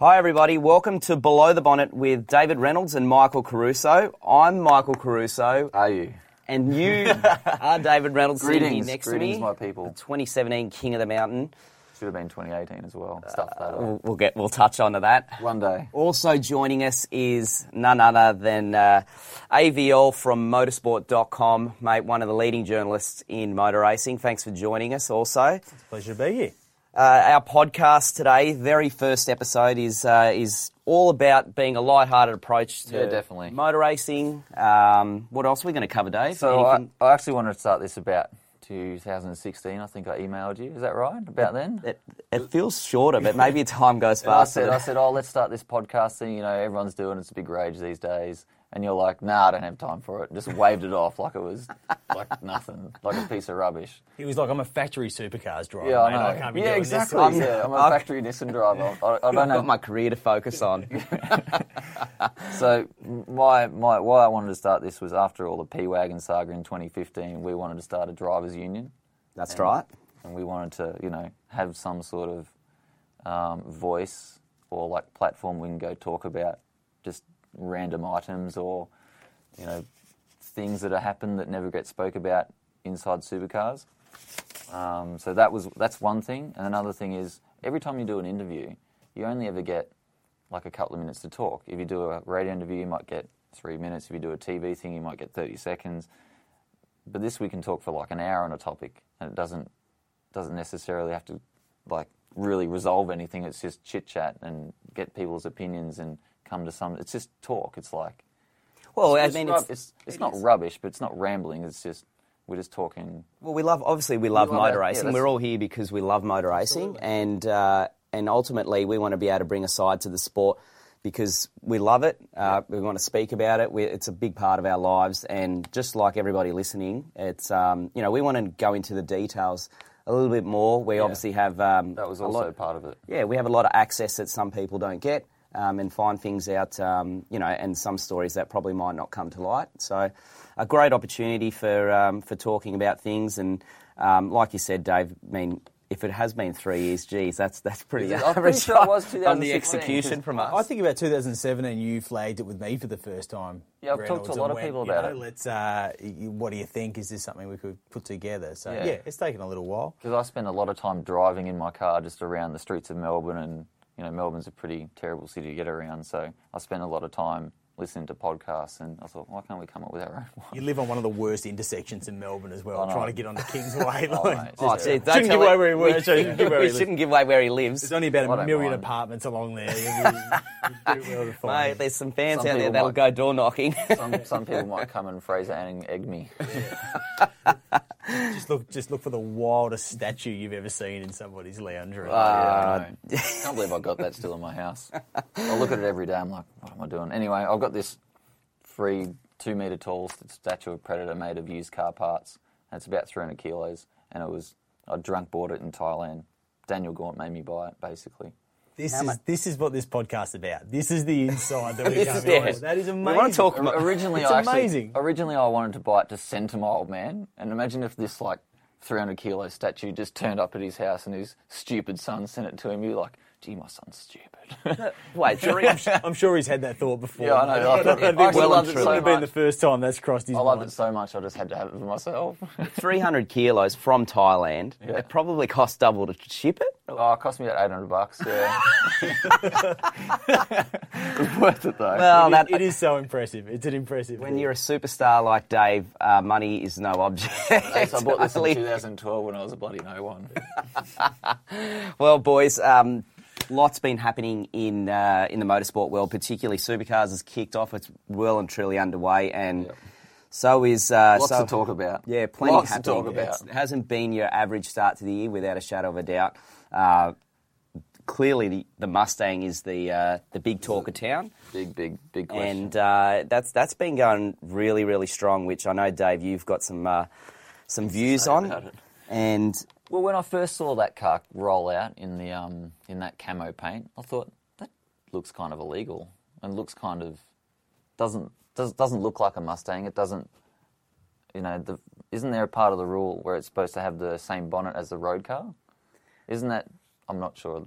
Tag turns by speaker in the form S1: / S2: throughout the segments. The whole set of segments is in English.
S1: Hi, everybody. Welcome to Below the Bonnet with David Reynolds and Michael Caruso. I'm Michael Caruso,
S2: Are you?
S1: and you are David Reynolds sitting here
S2: Greetings,
S1: next
S2: greetings,
S1: to me.
S2: my people.
S1: The 2017 King of the Mountain.
S2: Should have been 2018 as Uh, well. Stuff that up.
S1: We'll, we'll get. We'll touch on to that.
S2: One day.
S1: Also joining us is none other than uh, AVL from motorsport.com, mate, one of the leading journalists in motor racing. Thanks for joining us also.
S3: Pleasure to be here.
S1: Uh, our podcast today, very first episode, is uh, is all about being a light-hearted approach to
S2: Yeah, definitely.
S1: motor racing. Um, what else are we going to cover, Dave?
S2: So uh, I,
S1: Anything-
S2: I actually wanted to start this about 2016. I think I emailed you. Is that right? About then?
S1: it, it feels shorter, but maybe time goes
S2: And I
S1: faster.
S2: said, I said, oh, let's start this podcast thing. You know, everyone's doing it. it's a big rage these days. And you're like, nah, I don't have time for it. And just waved it off like it was like nothing, like a piece of rubbish.
S3: He was like, I'm a factory supercars driver,
S2: Yeah, I
S3: mate.
S2: know.
S3: I can't be
S2: yeah,
S3: doing
S2: exactly.
S3: this.
S2: yeah, I'm a
S1: I've-
S2: factory Nissan driver. I, I don't
S1: I've
S2: know
S1: got my career to focus on.
S2: So my my why I wanted to start this was after all the P wagon saga in 2015, we wanted to start a drivers union,
S1: That's right.
S2: and we wanted to you know have some sort of um, voice or like platform we can go talk about just random items or you know things that have happened that never get spoke about inside supercars. Um, so that was that's one thing, and another thing is every time you do an interview, you only ever get like a couple of minutes to talk. If you do a radio interview, you might get three minutes. If you do a TV thing, you might get thirty seconds. But this we can talk for like an hour on a topic, and it doesn't doesn't necessarily have to like really resolve anything. It's just chit chat and get people's opinions and come to some. It's just talk. It's like
S1: Well, I
S2: it's,
S1: mean,
S2: rub-
S1: it's,
S2: it's, it's, not rubbish, but it's not rambling. It's just we're just talking.
S1: Well, we love obviously we love
S2: love
S1: motor
S2: it. Yeah,
S1: racing.
S2: that's-
S1: We're all here because we love motor racing, and uh, and ultimately we want to be able to bring a side to the sport because we love it. Uh, We want to speak about it. We, it's a big part of our lives, and just like everybody listening, it's um, you know we want to go into the details a little bit more. We obviously have um,
S2: That was
S1: a lot
S2: also part of it.
S1: yeah, we have a lot of access that some people don't get um, and find things out, um, you know, and some stories that probably might not come to light. So, a great opportunity for um, for talking about things. And um, like you said, Dave, I mean, if it has been three years, geez, that's that's pretty
S2: I'm pretty
S1: average
S2: sure it was
S1: on the
S2: 2016,
S1: execution
S2: 'cause
S1: from
S3: I
S1: us.
S3: think about 2017, you flagged it with me for the first time.
S2: Yeah, I've talked to a
S3: and
S2: lot of
S3: went,
S2: people
S3: you
S2: about
S3: know,
S2: it.
S3: Let's, uh, you- what do you think? Is this something we could put together? So,
S2: Yeah.
S3: yeah, it's taken a little while.
S2: Because I spend a lot of time driving in my car just around the streets of Melbourne, and you know Melbourne's a pretty terrible city to get around. So I spend a lot of time listening to podcasts, and I thought, why can't we come up with our own one?
S3: You live on one of the worst intersections in Melbourne as well,
S2: know.
S3: trying to get onto Kingsway. like,
S2: Oh,
S3: just-
S1: gee, don't
S3: shouldn't
S1: tell
S3: give away
S1: it-
S3: where he
S1: we
S3: works.
S1: shouldn't give- we shouldn't give away where he lives.
S3: There's only about
S2: I
S3: a
S2: don't
S3: million
S2: mind.
S3: apartments along there. You- you do well to find
S1: Mate,
S3: it.
S1: there's some fans
S2: Some
S1: out there
S2: people
S1: that'll
S2: might-
S1: go door knocking.
S2: Some, some people might come and Fraser and egg me.
S3: Just look, just look for the wildest statue you've ever seen in somebody's lounge room.
S2: Oh,
S3: Uh,
S2: Yeah, I know. can't believe I got that still in my house. I look at it every day. I'm like, what am I doing? Anyway, I've got this free two meter tall st- statue of Predator made of used car parts, and it's about 300 kilos. And it was I drunk bought it in Thailand. Daniel Gaunt made me buy it, basically.
S3: This is this is what this podcast is about. This is the inside that we
S1: This
S3: come
S1: is
S3: in
S1: it.
S3: with. That is
S1: We
S3: amazing.
S1: wanna talk about-
S2: Or- Originally,
S3: It's
S2: I actually-
S3: amazing.
S2: originally, I wanted to buy it to send to my old man. And imagine if this like 300 kilo statue just turned up at his house, and his stupid son sent it to him. You're like, gee, my son's stupid.
S1: Wait, during,
S3: I'm sure he's had that thought before.
S2: Yeah, I know. I thought-
S3: think
S2: I actually
S3: it
S1: loved it
S3: wouldn't
S1: so
S3: have been
S2: much.
S3: the first time that's crossed his
S2: I loved it
S3: mind.
S2: so much, I just had to have it for myself.
S1: 300 kilos from Thailand, it probably costs double to ship it.
S2: Oh, it cost me about 800 bucks, yeah. it was worth it, though.
S1: Well, Oh, that,
S3: It is so impressive. It's an impressive.
S1: When you're a superstar like Dave, uh, money is no object.
S2: Thanks, I bought this in
S1: Only-
S2: 2012 when I was a bloody no one.
S1: well, boys, um, lots been happening in uh, in the motorsport world, particularly supercars has kicked off. It's well and truly underway, and so is uh,
S2: Lots
S1: so,
S2: to talk about.
S1: Yeah, plenty
S2: Lots to
S1: happening.
S2: talk about.
S1: It's- It hasn't been your average start to the year, without a shadow of a doubt. Uh, clearly, the, the Mustang is the uh, the big talk of town.
S2: Big, big, big question.
S1: and uh, that's that's been going really really strong. Which I know, Dave, you've got some uh, some views
S2: about
S1: on,
S2: it.
S1: and
S2: Well, when I first saw that car roll out in the um, in that camo paint, I thought that looks kind of illegal and looks kind of doesn't does, doesn't look like a Mustang. It doesn't, you know, the, isn't there a part of the rule where it's supposed to have the same bonnet as the road car? Isn't that? I'm not sure.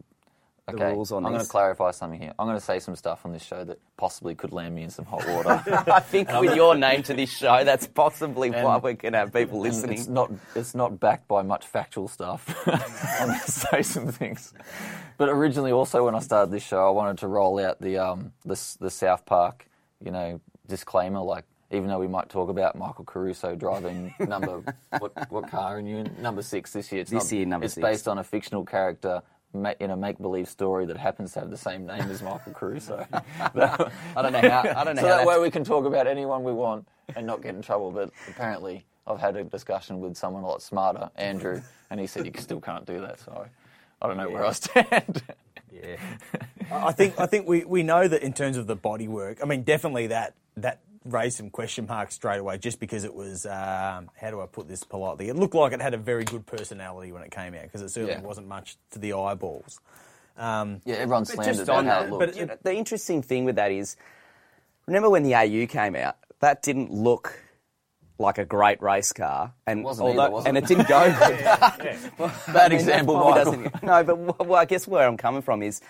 S2: Okay.
S1: rules on
S2: I'm going
S1: this.
S2: to clarify something here. I'm going to say some stuff on this show that possibly could land me in some hot water.
S1: I think with your name to this show, that's possibly why we can have people
S2: And
S1: listening.
S2: It's not it's not backed by much factual stuff. I'm going to say some things. But originally, also when I started this show, I wanted to roll out the um the S- the South Park, you know, disclaimer. Like, even though we might talk about Michael Caruso driving number what what car and you number six this year. It's
S1: This year, number
S2: it's
S1: six.
S2: based on a fictional character. ma- In a make-believe story that happens to have the same name as Michael Caruso,
S1: I don't know how. I don't know how.
S2: so that
S1: that's-
S2: way we can talk about anyone we want and not get in trouble. But apparently, I've had a discussion with someone a lot smarter, Andrew, and he said you still can't do that. So I don't know where I stand.
S3: Yeah. I I think I think we, we know that in terms of the body work, I mean, definitely that that raised some question marks straight away just because it was, um, how do I put this politely? It looked like it had a very good personality when it came out because it certainly
S2: Yeah.
S3: wasn't much to the eyeballs. Um,
S2: yeah, everyone slandered
S3: just
S2: about
S3: on
S2: how
S3: that,
S2: it
S3: but
S2: looked.
S3: it-
S1: You know, the interesting thing with that is, remember when the AU came out? That didn't look like a great race car, and
S2: wasn't either, was
S1: and
S2: it?
S1: it didn't go.
S2: Bad
S1: I mean, that
S2: example,
S1: probably
S2: Michael.
S1: doesn't- No, but wh- well, I guess where I'm coming from is,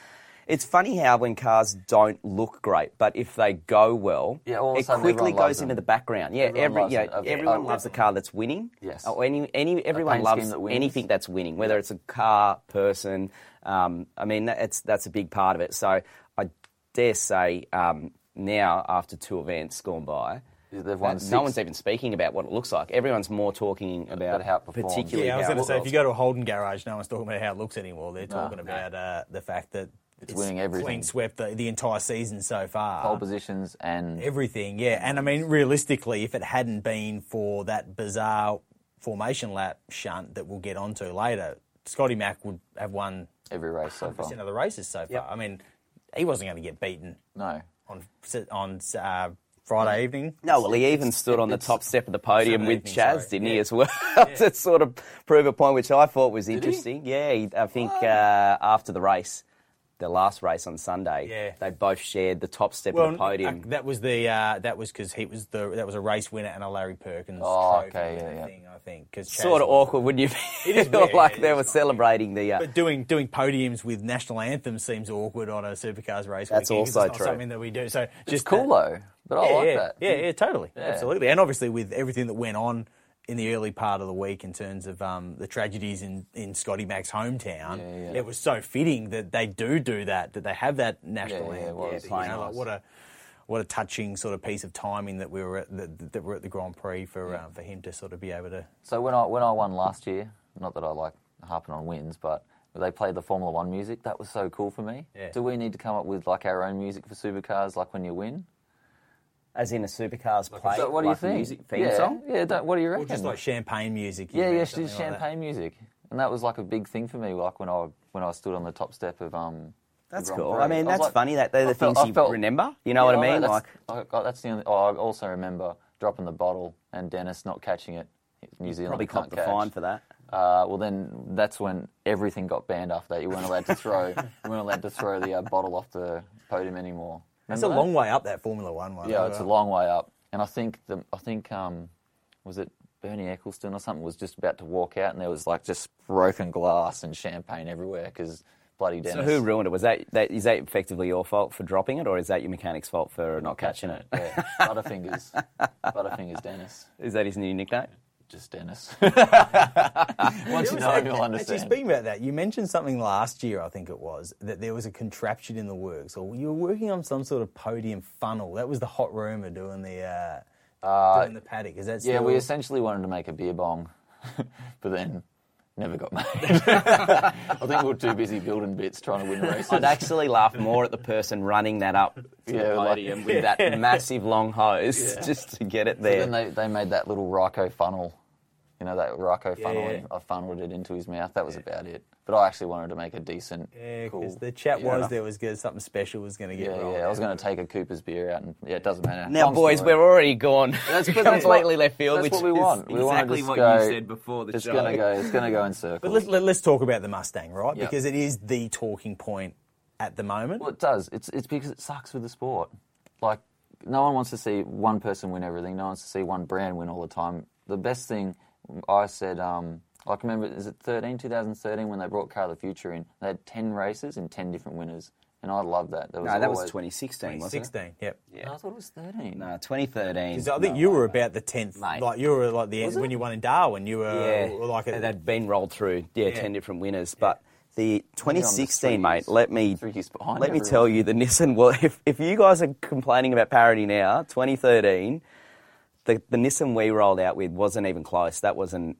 S1: it's funny how when cars don't look great, but if they go well,
S2: Yeah, all of a
S1: it
S2: sudden
S1: quickly
S2: everyone loves
S1: goes into
S2: them.
S1: the background. Yeah,
S2: Everyone
S1: every
S2: loves
S1: yeah,
S2: it. Okay.
S1: everyone
S2: Oh,
S1: loves a car that's winning.
S2: Yes.
S1: or any any everyone
S2: paint
S1: loves
S2: scheme that wins.
S1: anything that's winning, whether it's a car, person. Um, I mean, that- it's that's a big part of it. So I dare say um, now after two events gone by.
S2: They've won
S1: that
S2: six.
S1: no one's even speaking about what it looks like. Everyone's more talking about,
S2: how it performs.
S1: particularly
S3: yeah, I was
S1: how
S3: going to
S1: it
S3: say, if
S1: looks.
S3: you go to a Holden garage, no one's talking about how it looks anymore. They're talking about uh, the fact that it's,
S2: winning everything.
S3: clean swept the, the entire season so far.
S2: Pole positions and
S3: Everything, yeah. And I mean, realistically, if it hadn't been for that bizarre formation lap shunt that we'll get onto later, Scotty Mack would have won
S2: every race so far.
S3: percent of the races so far. I mean, he wasn't going to get beaten
S2: No.
S3: on on uh, Friday evening.
S1: No, well, he even stood on the
S2: it's-
S1: top step of the podium
S3: Seven
S1: with
S3: evenings,
S1: Chaz,
S3: sorry.
S1: didn't he,
S3: Yeah.
S1: as well, to sort of prove a point, which I thought was interesting. Yeah, he, I think uh, after the race, the last race on Sunday,
S3: Yeah.
S1: they both shared the top step of the podium.
S3: uh, that was the uh, that was because he was the that was a race winner and a Larry Perkins
S2: Oh,
S3: trophy
S2: okay,
S3: winner
S2: yeah, yeah.
S3: thing, I think. 'cause Chaz
S1: sort of
S3: won.
S1: awkward, wouldn't you?
S3: It is
S1: feel
S3: weird,
S1: like
S3: yeah,
S1: they
S3: it's
S1: were
S3: not-
S1: celebrating the. Uh,
S3: But doing doing podiums with national anthems seems awkward on a supercars race.
S1: That's
S3: weekend 'cause
S1: also
S3: it's not
S1: true.
S3: Something that we do. So
S2: It's
S3: just
S2: cool
S3: that-
S2: though, but I
S3: yeah,
S2: like
S3: yeah,
S2: that.
S3: Yeah, yeah, totally, absolutely, and obviously with everything that went on in the early part of the week in terms of um, the tragedies in in Scotty Mac's hometown,
S2: Yeah, yeah.
S3: it was so fitting that they do do that, that they have that national
S2: Yeah, yeah,
S3: anthem.
S2: well,
S3: you
S2: it's
S3: know,
S2: nice.
S3: like what a what a touching sort of piece of timing that we were at, that, that we're at the Grand Prix for um, for him to sort of be able to.
S2: So when I when I won last year, not that I like harping on wins, but they played the Formula One music. That was so cool for me.
S3: Yeah.
S2: Do we need to come up with like our own music for supercars, like when you win?
S1: as in a supercars play,
S2: So what do you
S1: like
S2: think?
S1: Music theme
S2: yeah,
S1: song.
S2: yeah. Don't, what do you reckon?
S3: Or just like champagne music. you
S2: yeah,
S3: know,
S2: yeah,
S3: something
S2: just
S3: like that.
S2: champagne music, and that was like a big thing for me. Like when I when I stood on the top step of um. the
S1: That's
S2: Grand
S1: cool.
S2: Prix.
S1: I mean,
S2: was
S1: that's
S2: like-
S1: funny that they're the
S2: I felt-
S1: things
S2: I
S1: you
S2: felt-
S1: remember. You know
S2: Yeah, oh,
S1: what I mean?
S2: That's,
S1: Like,
S2: I, got- that's the only. Oh, I also remember dropping the bottle and Dennis not catching it. New Zealand
S1: probably
S2: can't
S1: copped the
S2: catch.
S1: fine for that.
S2: Uh, well, then that's when everything got banned after that. You weren't allowed to throw. you weren't allowed to throw the uh, bottle off the podium anymore.
S3: It's a
S2: Remember
S3: long way up that Formula One one.
S2: that? Yeah,
S3: though,
S2: it's a
S3: right?
S2: long way up. And I think the, I think um, was it Bernie Ecclestone or something was just about to walk out, and there was like just broken glass and champagne everywhere because bloody
S1: So
S2: Dennis.
S1: who ruined it? Was that, that is that effectively your fault for dropping it, or is that your mechanic's fault for not catching it?
S2: Yeah, Butterfingers. Butterfingers Dennis.
S1: Is that his new nickname?
S2: Just Dennis. Once you know him, you'll
S3: Actually,
S2: understand.
S3: speaking about that, you mentioned something last year, I think it was, that there was a contraption in the works, or you were working on some sort of podium funnel. That was the hot rumor doing the uh, doing the paddock. Is that still...
S2: Yeah, we essentially wanted to make a beer bong, but then never got made. I think we were too busy building bits trying to win races.
S1: I'd actually laugh more at the person running that up to
S2: Yeah,
S1: the
S2: like-
S1: podium with that massive long hose just to get it there.
S2: Then they, they made that little Ryko funnel. You know, that Ryko funnel,
S3: yeah.
S2: and I funneled it into his mouth. That was about it. But I actually wanted to make a decent,
S3: Yeah, 'cause
S2: cool.
S3: the chat
S2: Yeah.
S3: was there was gonna, something special was going to get
S2: Yeah,
S3: rolled
S2: yeah. I was
S3: out.
S2: going to take a Cooper's beer out, and yeah, it doesn't matter.
S1: now,
S2: Long
S1: boys,
S2: story.
S1: we're already gone
S2: That's- but that's
S1: completely
S2: what-
S1: left field,
S2: that's
S1: which
S2: what we want.
S1: is
S2: We wanna
S1: exactly
S2: just
S1: what
S2: go-
S1: you said before the
S2: It's
S1: show.
S2: going to go. It's going to go in circles.
S3: But let's, let, let's talk about the Mustang, right?
S2: Yeah.
S3: Because it is the talking point at the moment.
S2: Well, it does. It's it's because it sucks with the sport. Like no one wants to see one person win everything. No one wants to see one brand win all the time. The best thing I said um, Like, remember, is it 13, 2013 when they brought Car of the Future in? They had 10 races and 10 different winners. And I love that. There was
S1: No, that was
S2: always-
S1: 2016, wasn't it? Uh,
S3: 2016, yep.
S2: No, I thought it was 13.
S1: No, 2013.
S3: 'Cause I think you were about the tenth,
S1: Mate.
S3: like you were like the when you won in Darwin, you were
S1: yeah,
S3: like
S1: and
S3: a,
S1: they'd been rolled through. Yeah,
S3: Yeah.
S1: ten different winners, but the 2016,
S2: threes.
S1: mate. Let me
S2: Threes behind
S1: let me
S2: everyone.
S1: tell you, the Nissan. Well, if if you guys are complaining about parity now, 2013, the the Nissan we rolled out with wasn't even close. That wasn't.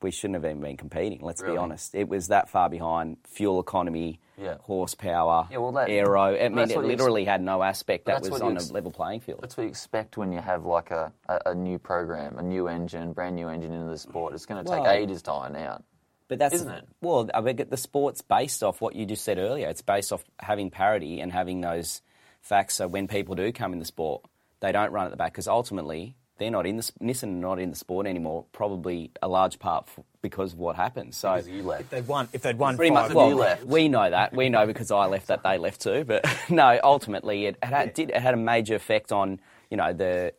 S1: We shouldn't have even been competing. Let's be
S2: Really?
S1: honest. It was that far behind fuel economy,
S2: Yeah.
S1: horsepower,
S2: Yeah, well, that-
S1: aero. I mean,
S2: that's
S1: it
S2: what you ex-
S1: literally had no aspect that was
S2: that's what you
S1: on
S2: ex-
S1: a level playing field.
S2: That's what you expect when you have like a, a, a new program, a new engine, brand new engine into the sport. It's going to take
S1: Well-
S2: ages to iron out.
S1: But that's
S2: Isn't it?
S1: Well, I mean, the sport's based off what you just said earlier. It's based off having parity and having those facts. So when people do come in the sport, they don't run at the back because ultimately they're not in the sp- Nissan are not in the sport anymore. Probably a large part f- because of what happened. So
S2: Because you left.
S3: they'd won if they'd won
S1: pretty
S3: five
S1: much well,
S2: you left.
S1: we know that we know because I left that they left too. But no, ultimately it had, it did it had a major effect on you know the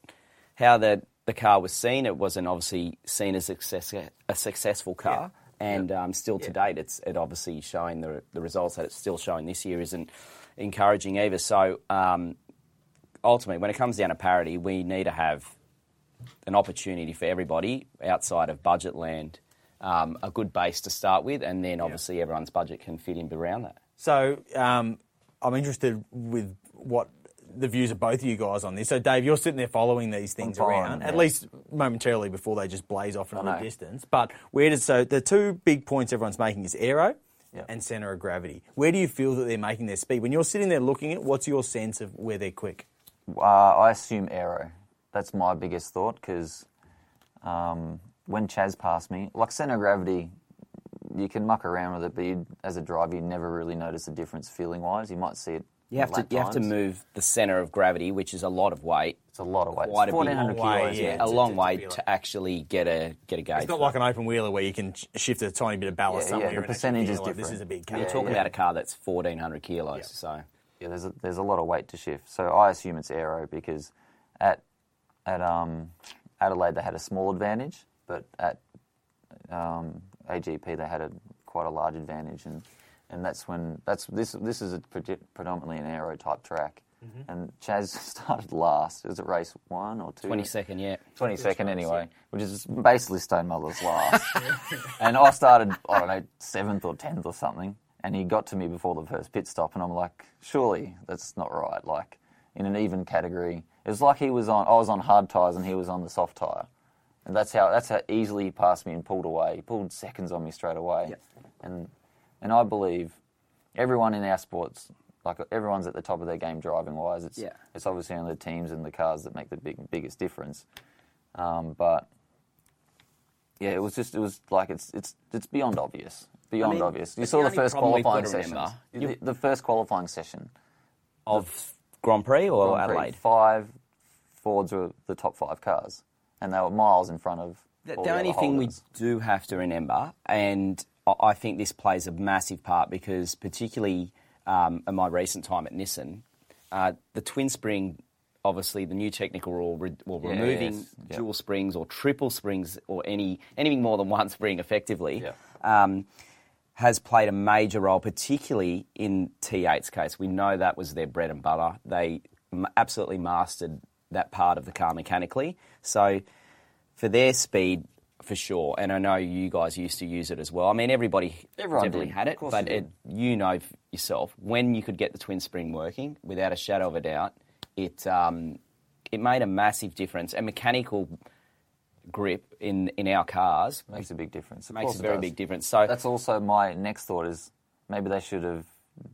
S1: how the the car was seen. It wasn't obviously seen as success, a successful car. And um, still to date, it's it obviously showing the the results that it's still showing this year isn't encouraging either. So um, ultimately, when it comes down to parity, we need to have an opportunity for everybody outside of budget land, um, a good base to start with, and then obviously everyone's budget can fit in around that.
S3: So um, I'm interested with what the views of both of you guys on this. So Dave, you're sitting there following these things
S2: I'm following
S3: around,
S2: them,
S3: at
S2: yeah.
S3: least momentarily before they just blaze off into
S2: I
S3: the
S2: know.
S3: distance. But where does so the two big points everyone's making is aero
S2: Yeah.
S3: and center of gravity. Where do you feel that they're making their speed? When you're sitting there looking at, what's your sense of where they're quick?
S2: Uh, I assume aero. That's my biggest thought because um, when Chaz passed me, like center of gravity, you can muck around with it, but you, as a driver, you never really notice the difference feeling wise. You might see it.
S1: You have to
S2: lap
S1: you have to
S2: times.
S1: move the center of gravity, which is a lot of weight.
S2: It's a lot of weight. It's
S1: Quite a big-
S2: 1400
S3: Long way,
S2: kilos.
S3: yeah.
S2: Yeah.
S1: a
S3: to-
S1: long
S3: to- to
S1: way
S3: be like-
S1: to actually get a get a gauge.
S3: It's not like an open wheeler where you can sh- shift a tiny bit of
S2: Yeah, yeah,
S3: ballast somewhere.
S2: the
S3: and actually
S2: percentage
S3: feel
S2: is
S3: like This
S2: different.
S3: is a big
S2: Yeah,
S3: car.
S1: We're talking about a car that's fourteen hundred kilos. So
S2: Yeah, there's a, there's a lot of weight to shift. So I assume it's aero because at at um, Adelaide they had a small advantage, but at um, AGP they had a quite a large advantage, and and that's when that's this this is a predi- predominantly an aero type track. And Chaz started last. Is it race one or two?
S1: twenty second, yeah.
S2: 22nd anyway, which is basically Stone Mother's last. and I started, I don't know, seventh or tenth or something, and he got to me before the first pit stop, and I'm like, surely that's not right. Like, in an even category, it was like he was on, I was on hard tyres and he was on the soft tyre. And that's how, that's how easily he passed me and pulled away. He pulled seconds on me straight away. And, and I believe everyone in our sports, like everyone's at the top of their game driving wise. It's,
S1: Yeah.
S2: it's obviously only the teams and the cars that make the big, biggest difference. Um, but yeah, it was just it was like it's it's it's beyond obvious, beyond
S1: mean,
S2: obvious. You
S1: the
S2: saw the
S1: only
S2: first
S1: problem we've got
S2: qualifying
S1: to
S2: session,
S1: remember-
S2: the, the first qualifying session.
S1: Of Grand Prix or
S2: Grand Prix,
S1: Adelaide.
S2: five Fords were the top five cars, and they were miles in front of.
S1: The,
S2: all
S1: the only
S2: other
S1: thing we
S2: holders.
S1: do have to remember, and I I think this plays a massive part because, particularly um, in my recent time at Nissan, uh, the twin spring, obviously the new technical rule, re- well,
S2: Yeah,
S1: removing
S2: yes, yeah.
S1: dual springs or triple springs or any anything more than one spring effectively,
S2: Yeah.
S1: um, has played a major role, particularly in T8's case. We know that was their bread and butter. They m- absolutely mastered that part of the car mechanically. So for their speed, for sure. And I know you guys used to use it as well. I mean, everybody
S2: Everyone
S1: definitely
S2: did.
S1: had
S2: Of
S1: it,
S2: course
S1: but
S2: they
S1: it,
S2: did.
S1: you know f- yourself when you could get the twin spring working without a shadow of a doubt. It um, it made a massive difference. And mechanical grip in in our cars
S2: makes a big difference. Of
S1: makes
S2: course
S1: a
S2: it
S1: very
S2: does.
S1: big difference. So
S2: That's also my next thought is maybe they should have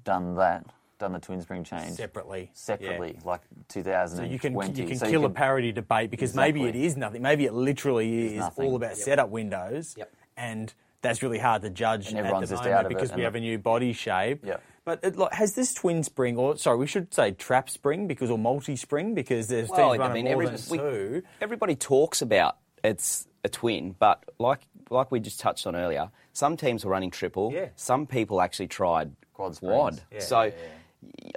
S2: done that, done the twin spring change
S3: separately.
S2: separately,
S3: Yeah.
S2: like 2020.
S3: So you can you can
S2: So
S3: kill a parody debate because maybe
S2: Exactly.
S3: it is nothing. Maybe it literally is
S2: nothing.
S3: all about setup windows,
S1: Yep.
S3: and that's really hard to judge
S2: And
S3: at
S2: everyone's
S3: the
S2: just
S3: moment
S2: out of it
S3: because we
S2: and-
S3: have a new body shape.
S2: Yep.
S3: But it, like, has this twin spring, or sorry, we should say trap spring because or multi spring because there's
S1: Well,
S3: teams
S1: I
S3: running
S1: mean,
S3: more
S1: every-
S3: than
S1: we-
S3: two.
S1: everybody talks about it's a twin, but like like we just touched on earlier, some teams were running triple.
S3: Yeah.
S1: Some people actually tried
S2: Quad springs.
S1: quad.
S2: Yeah,
S1: so,
S2: yeah,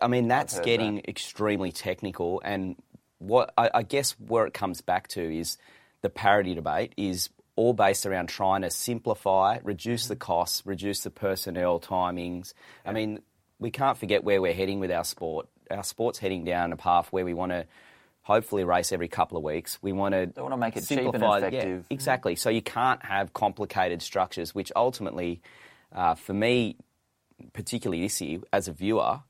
S1: I mean, that's
S2: heard
S1: getting extremely technical. And what I, I guess where it comes back to is the parity debate is all based around trying to simplify, reduce
S2: Mm-hmm.
S1: the costs, reduce the personnel timings. I mean, we can't forget where we're heading with our sport. Our sport's heading down a path where we want to hopefully race every couple of weeks. We want to
S2: They wanna make it cheap and
S1: simplify- yeah,
S2: effective. Mm.
S1: exactly. So you can't have complicated structures, which ultimately, uh, for me, particularly this year, as a viewer.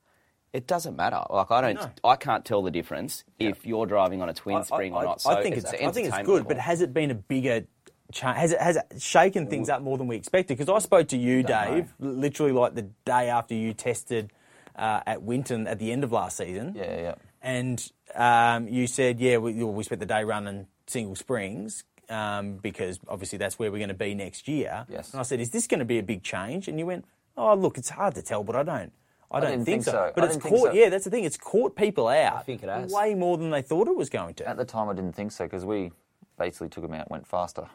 S1: It doesn't matter. Like I don't, I can't tell the difference if you're driving on a twin spring or not. So
S3: I think it's,
S1: an
S3: I think it's
S1: entertainment
S3: good, but
S1: level.
S3: has it been a bigger change? Has it has it shaken things up more than we expected? Because I spoke to you, Dave, l- literally like the day after you tested uh, at Winton at the end of last season.
S2: Yeah, yeah.
S3: And um, you said, yeah, we, well, we spent the day running single springs. Um, because obviously that's where we're going to be next year.
S2: Yes.
S3: And I said, "Is this going to be a big change?" And you went, "Oh, look, it's hard to tell, but I don't, I don't
S2: didn't think so.
S3: But
S2: I
S3: it's
S2: didn't think
S3: caught,
S2: so.
S3: yeah, that's the thing. It's caught people out. I
S1: think it has.
S3: way more than they thought it was going to.
S2: At the time, I didn't think so because we basically took them out, went faster.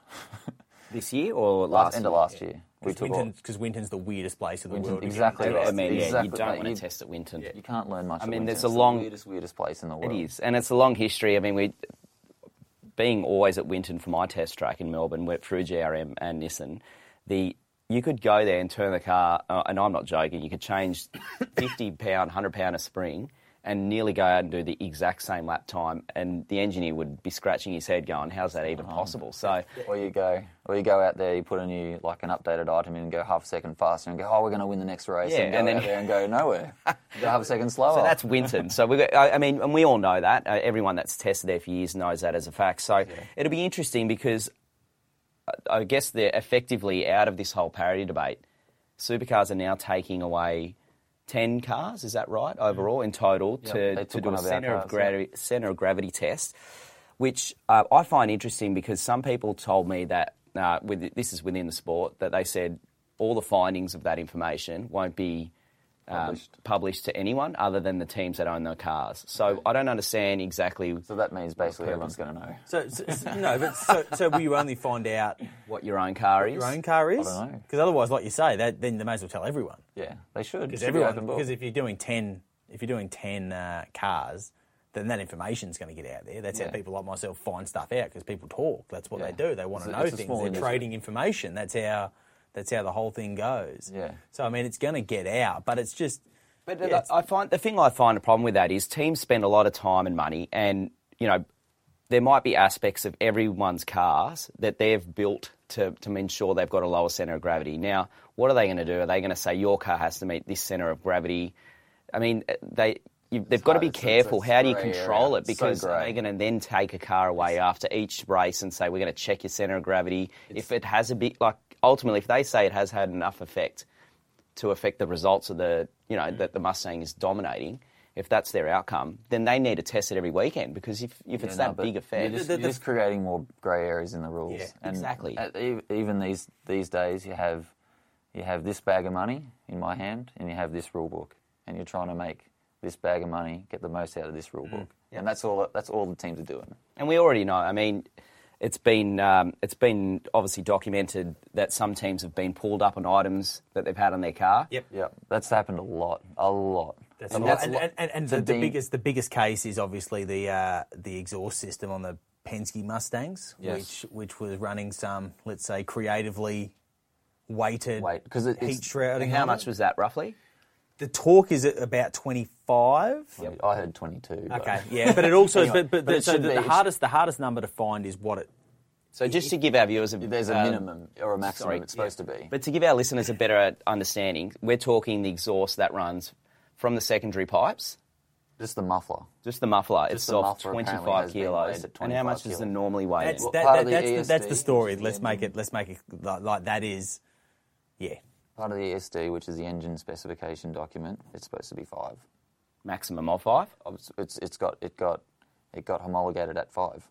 S1: this year or last
S2: last end
S1: year?
S2: of last year, we
S3: Because
S2: took all,
S3: Winton, because Winton's the weirdest place in the
S2: Winton-
S3: world. to get
S2: exactly
S3: into
S2: right.
S1: I
S3: testing.
S1: mean, yeah, you
S2: Exactly.
S1: don't want to
S2: You-
S1: test at Winton.
S2: You can't learn much.
S1: I
S2: at
S1: mean,
S2: Winton.
S1: there's
S2: It's
S1: a long-
S2: the weirdest, weirdest place in the
S1: It
S2: world.
S1: is, and it's a long history. I mean, we being always at Winton for my test track in Melbourne, went through GRM and Nissan. The you could go there and turn the car, uh, and I'm not joking. You could change fifty pound, hundred pound a spring, and nearly go out and do the exact same lap time, and the engineer would be scratching his head, going, "How's that even possible?" So.
S2: Or you go, or you go out there, you put a new like an updated item in, and go half a second faster, and go, oh, we're going to win the next race,
S1: Yeah,
S2: and go
S1: and then-
S2: out there and go nowhere, go half a second slower.
S1: So that's Winton. so we, got- I I mean, and we all know that. Uh, everyone that's tested there for years knows that as a fact. So it'll be interesting because I- I guess they're effectively out of this whole parity debate. Supercars are now taking away. 10 cars, is that right, overall in total
S2: they
S1: to,
S2: took
S1: to do
S2: one
S1: a
S2: of our
S1: centre of,
S2: cars, yeah.
S1: gravi- centre of gravity test, which uh, I find interesting because some people told me that, uh, with, this is within the sport, that they said all the findings of that information won't be um,
S2: Published.
S1: published to anyone other than the teams that own the cars. So I don't understand exactly
S2: So that means basically everyone's going to know.
S3: So, so, so- no, but so, so will you only find out
S1: what your own car is.
S3: your own car is?
S2: I don't know.
S3: Because otherwise, like you say, that, then they may as well tell everyone.
S2: Yeah, they should.
S3: Because
S2: Should be
S3: everyone,
S2: open book.
S3: because if you're doing ten, if you're doing ten uh, cars, then that information's going to get out there. That's how
S2: Yeah.
S3: people like myself find stuff out because people talk. That's what
S2: Yeah.
S3: they do. They want to
S2: It's a-
S3: know
S2: it's a
S3: things.
S2: small
S3: They're
S2: industry.
S3: trading information. That's how. That's how the whole thing goes.
S2: Yeah.
S3: So I mean, it's going to get out, but it's just.
S1: But
S3: yeah,
S1: I-
S3: it's-
S1: I find the thing I find a problem with that is teams spend a lot of time and money, and you know there might be aspects of everyone's cars that they've built to, to ensure they've got a lower center of gravity. Now, what are they going to do? Are they going to say your car has to meet this center of gravity? I mean, eh, they you, they've got to
S2: hard.
S1: be
S2: It's- it's-
S1: careful.
S2: it's
S1: How do you
S2: grey area.
S1: control it?
S2: It's so
S1: Because are
S2: grey.
S1: they going to then take a car away after each race and say we're going to check your center of gravity? If it has a bit like ultimately, if they say it has had enough effect to affect the results of the, you
S2: Mm.
S1: know, that the Mustang is dominating, if that's their outcome, then they need to test it every weekend because if, if it's
S2: Yeah, no,
S1: that
S2: but
S1: big effect,
S2: You're just,
S3: The- the-
S2: you're just creating more grey areas in the rules.
S3: Yeah,
S1: exactly.
S2: at- e- even these these days, you have you have this bag of money in my hand, and you have this rule book, and you're trying to make this bag of money get the most out of this
S3: Mm,
S2: rule book, and that's all that's all the teams are doing.
S1: and we already know. I mean, it's been um, it's been obviously documented that some teams have been pulled up on items that they've had on their car.
S3: Yep.
S2: Yeah, that's happened a lot, a lot.
S3: That's
S2: A
S3: and,
S2: lot.
S3: and, and, and,
S2: So
S3: the, the
S2: being-
S3: biggest the biggest case is obviously the uh, the exhaust system on the Penske Mustangs,
S2: Yes.
S3: which which was running some let's say creatively weighted
S2: Wait, 'cause it- it's-
S3: heat shrouding.
S1: And how
S3: on
S1: much
S3: it.
S1: was that roughly?
S3: the torque is at about twenty five?
S2: I heard 22. but-
S3: Okay, yeah, but it also
S2: Anyway,
S3: but, but,
S2: but
S3: the,
S2: it
S3: so
S2: should
S3: the,
S2: be-
S3: the
S2: it's-
S3: hardest the hardest number to find is what it
S1: So just to give our viewers a
S2: There's a
S1: um,
S2: minimum or a maximum.
S1: sorry,
S2: it's supposed to be.
S1: But to give our listeners a better uh, understanding, we're talking the exhaust that runs from the secondary pipes
S2: just the muffler.
S1: Just the muffler itself,
S2: muffler apparently
S1: 25
S2: has been
S1: kilos.
S2: weighed at
S1: and how much
S2: 25
S1: does it
S2: kilos.
S1: normally weigh?
S3: That's,
S1: then?
S3: that,
S2: part
S3: that-
S2: of the
S3: that's, the, that's the
S2: ESD,
S3: story.
S2: which is
S3: Let's
S2: the
S3: make it. Let's make it like, like that is, yeah.
S2: Part of the ESD, which is the engine specification document, it's supposed to be five.
S1: Maximum of five?
S2: It's, it's, it's got it got it got homologated at five.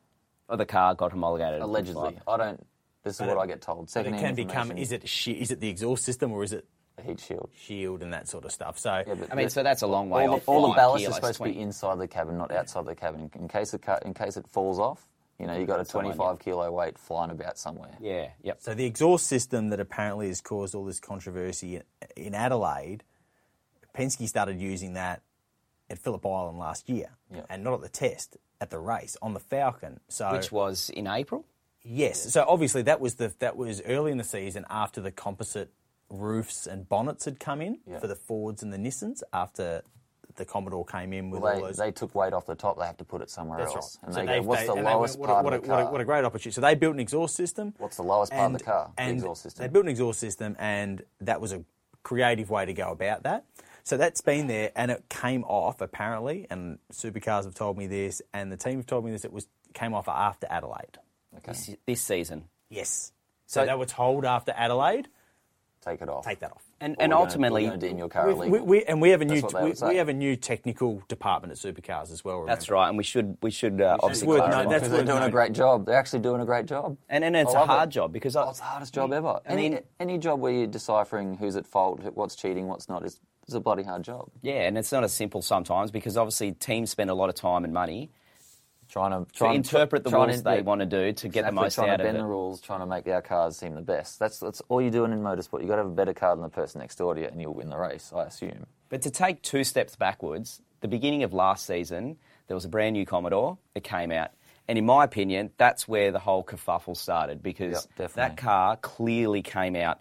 S1: Or the car got homologated? at
S2: Allegedly,
S1: five?
S2: I don't. This is
S3: it-
S2: what I get told.
S3: But
S2: Second
S3: it can become. Is it shi- is it the exhaust system or is it
S2: a heat shield?
S3: shield and that sort of stuff? So
S2: Yeah, but
S1: I mean,
S2: the-
S1: so that's a long way
S2: all,
S1: off.
S2: the, all the
S1: five
S2: ballast
S1: kilos,
S2: is supposed to
S1: 20.
S2: be inside the cabin, not outside the cabin. In case it cut, in case it falls off, you know you got a
S1: Someone, yeah.
S2: 25 kilo weight flying about somewhere.
S1: Yeah, yep.
S3: So the exhaust system that apparently has caused all this controversy in Adelaide, Penske started using that at Phillip Island last year,
S2: Yeah.
S3: and not at the test, at the race on the Falcon. So
S1: Which was in April?
S3: Yes. So obviously that was the that was early in the season after the composite roofs and bonnets had come in
S2: Yeah.
S3: for the Fords and the Nissans after the Commodore came in with all
S2: They,
S3: those.
S2: they took weight off the top. They have to put it somewhere
S3: That's
S2: else.
S3: right.
S2: And
S3: So
S2: they go,
S3: they've-
S2: what's
S3: they-
S2: the
S3: and they went,
S2: lowest
S3: what a-
S2: part
S3: what a,
S2: of the car?
S3: What a, what a great opportunity. So they built an exhaust system.
S2: What's the lowest part of the car? The
S3: and
S2: exhaust system.
S3: They built an exhaust system, and that was a creative way to go about that. So that's been there, and it came off apparently. And supercars have told me this, and the team have told me this. It was came off after Adelaide.
S1: This, this season.
S3: Yes. So,
S1: So-
S3: they were told after Adelaide,
S2: take it off.
S3: take that off.
S1: And,
S2: Or
S1: and
S2: we're gonna-
S1: ultimately,
S2: we're gonna deem your car
S3: We,
S2: illegal.
S3: we- and we have a new
S2: That's what they
S3: we,
S2: would say.
S3: we have a new technical department at Supercars as well. Remember.
S1: that's right. And we should we should uh, obviously
S3: worth
S1: clarify.
S3: noting. That's
S2: Because they're
S3: worth
S2: doing a
S3: noting.
S2: great job. They're actually doing a great job.
S1: And, and it's
S2: I
S1: a
S2: love
S1: hard
S2: it.
S1: job because
S2: Oh, it's the hardest job ever.
S1: I
S2: any,
S1: mean-
S2: any job where you're deciphering who's at fault, who- what's cheating, what's not, is, is a bloody hard job.
S1: yeah, and it's not as simple sometimes because obviously teams spend a lot of time and money
S2: Trying to,
S1: to
S2: trying
S1: interpret the
S2: trying
S1: rules
S2: to-
S1: they want to do to get the
S2: Exactly,
S1: most
S2: trying
S1: out
S2: to
S1: of
S2: bend
S1: it.
S2: the rules, trying to make our cars seem the best. That's that's all you're doing in motorsport. You've got to have a better car than the person next door to you, and you'll win the race, I assume.
S1: But to take two steps backwards, the beginning of last season, there was a brand new Commodore. It came out. And in my opinion, that's where the whole kerfuffle started because
S2: Yep,
S1: that
S2: definitely.
S1: car clearly came out.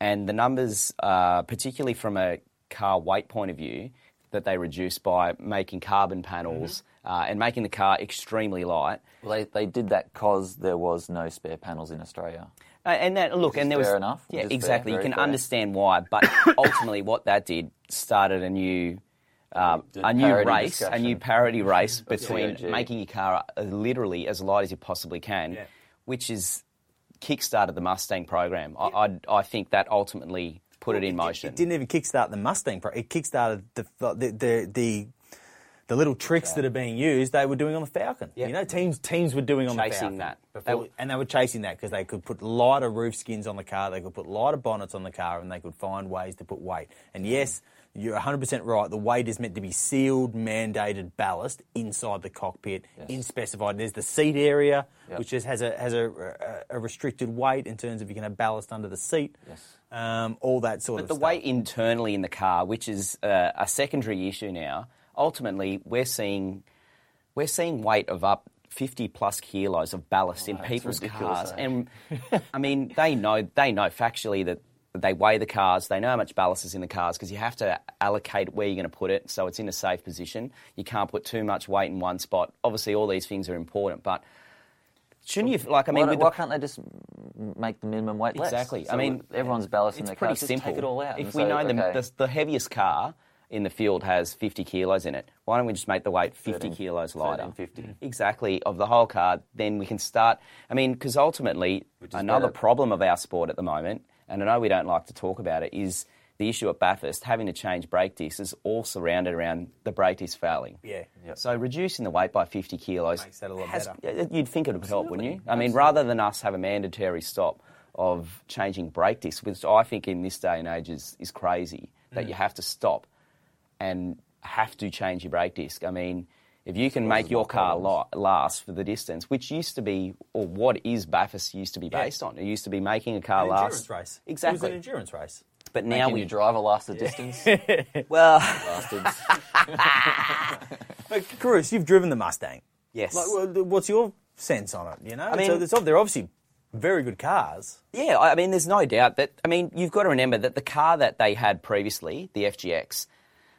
S1: And the numbers, uh, particularly from a car weight point of view, that they reduced by making carbon panels
S2: Mm-hmm.
S1: uh, and making the car extremely light.
S2: Well, they, they did that because there was no spare panels in Australia.
S1: Uh, and that look,
S2: is
S1: and there was
S2: fair enough, which
S1: Yeah,
S2: is fair,
S1: exactly. you
S2: very
S1: can
S2: fair.
S1: understand why, but ultimately, what that did started a new. Um,
S2: The
S1: a new
S2: parody
S1: race, a new
S2: discussion.
S1: parody race between
S2: TOG.
S1: making your car uh, literally as light as you possibly can,
S3: Yeah.
S1: which is kickstarted the Mustang program. I, I, I think that ultimately put it in motion.
S3: It didn't even kickstart the Mustang. Pro- it kickstarted the the the. the the little tricks that are being used, they were doing on the Falcon. You know, teams teams were doing on the
S1: Chasing
S3: Falcon
S1: that.
S3: before-
S1: They were-
S3: and they were chasing that because they could put lighter roof skins on the car, they could put lighter bonnets on the car, and they could find ways to put weight. And yes, you're 100% right. The weight is meant to be sealed, mandated ballast inside the cockpit in specified. There's the seat area, which just has a has a, a, a restricted weight in terms of you can have ballast under the seat, yes. um, all that sort of
S1: But the
S3: stuff.
S1: weight internally in the car, which is uh, a secondary issue now, ultimately we're seeing we're seeing weight of up. 50 plus kilos of ballast in
S3: Oh,
S1: people's
S2: ridiculous,
S1: cars.
S2: eh?
S1: And I mean, they know, they know factually that they weigh the cars, they know how much ballast is in the cars because you have to allocate where you're going to put it so it's in a safe position. You can't put too much weight in one spot. Obviously, all these things are important, but shouldn't you, like, I mean,
S2: why,
S1: with
S2: why
S1: the,
S2: can't they just m- make the minimum weight less?
S1: Exactly. I
S2: So
S1: mean,
S2: everyone's balancing
S1: it's
S2: their
S1: pretty
S2: cars. Just
S1: simple.
S2: take it all out.
S1: If
S2: and
S1: we
S2: say,
S1: know the,
S2: okay,
S1: the, the heaviest car in the field has 50 kilos in it, why don't we just make the weight 50
S2: 13,
S1: kilos lighter?
S2: 13.50.
S1: Exactly, of the whole car, then we can start. I mean, because ultimately,
S2: is
S1: another
S2: better.
S1: problem of our sport at the moment, and I know we don't like to talk about it, is the issue at Bathurst having to change brake discs is all surrounded around the brake disc failing.
S3: Yeah. Yep.
S1: So reducing the weight by 50 kilos
S3: Makes that a lot
S1: has-
S3: better.
S1: yeah, You'd think it would help, wouldn't you? I mean, rather than us have a mandatory stop of changing brake discs, which I think in this day and age is, is crazy, that
S3: Mm.
S1: you have to stop and have to change your brake disc. I mean, if you can make your car la- last for the distance, which used to be, or what is Bathurst used to be
S3: Yeah.
S1: based on, it used to be making a car
S3: an
S1: last.
S3: endurance race. It was
S1: Exactly.
S3: an endurance race.
S1: but now
S2: Making
S1: we
S2: your driver last the distance.
S1: well,
S2: bastards.
S3: But Chris, you've driven the Mustang.
S1: yes.
S3: Like, well, what's your sense on it? You know, I
S1: mean-
S3: so it's, ob- they're obviously very good cars.
S1: Yeah, I I mean, there's no doubt that. I mean, you've got to remember that the car that they had previously, the FGX,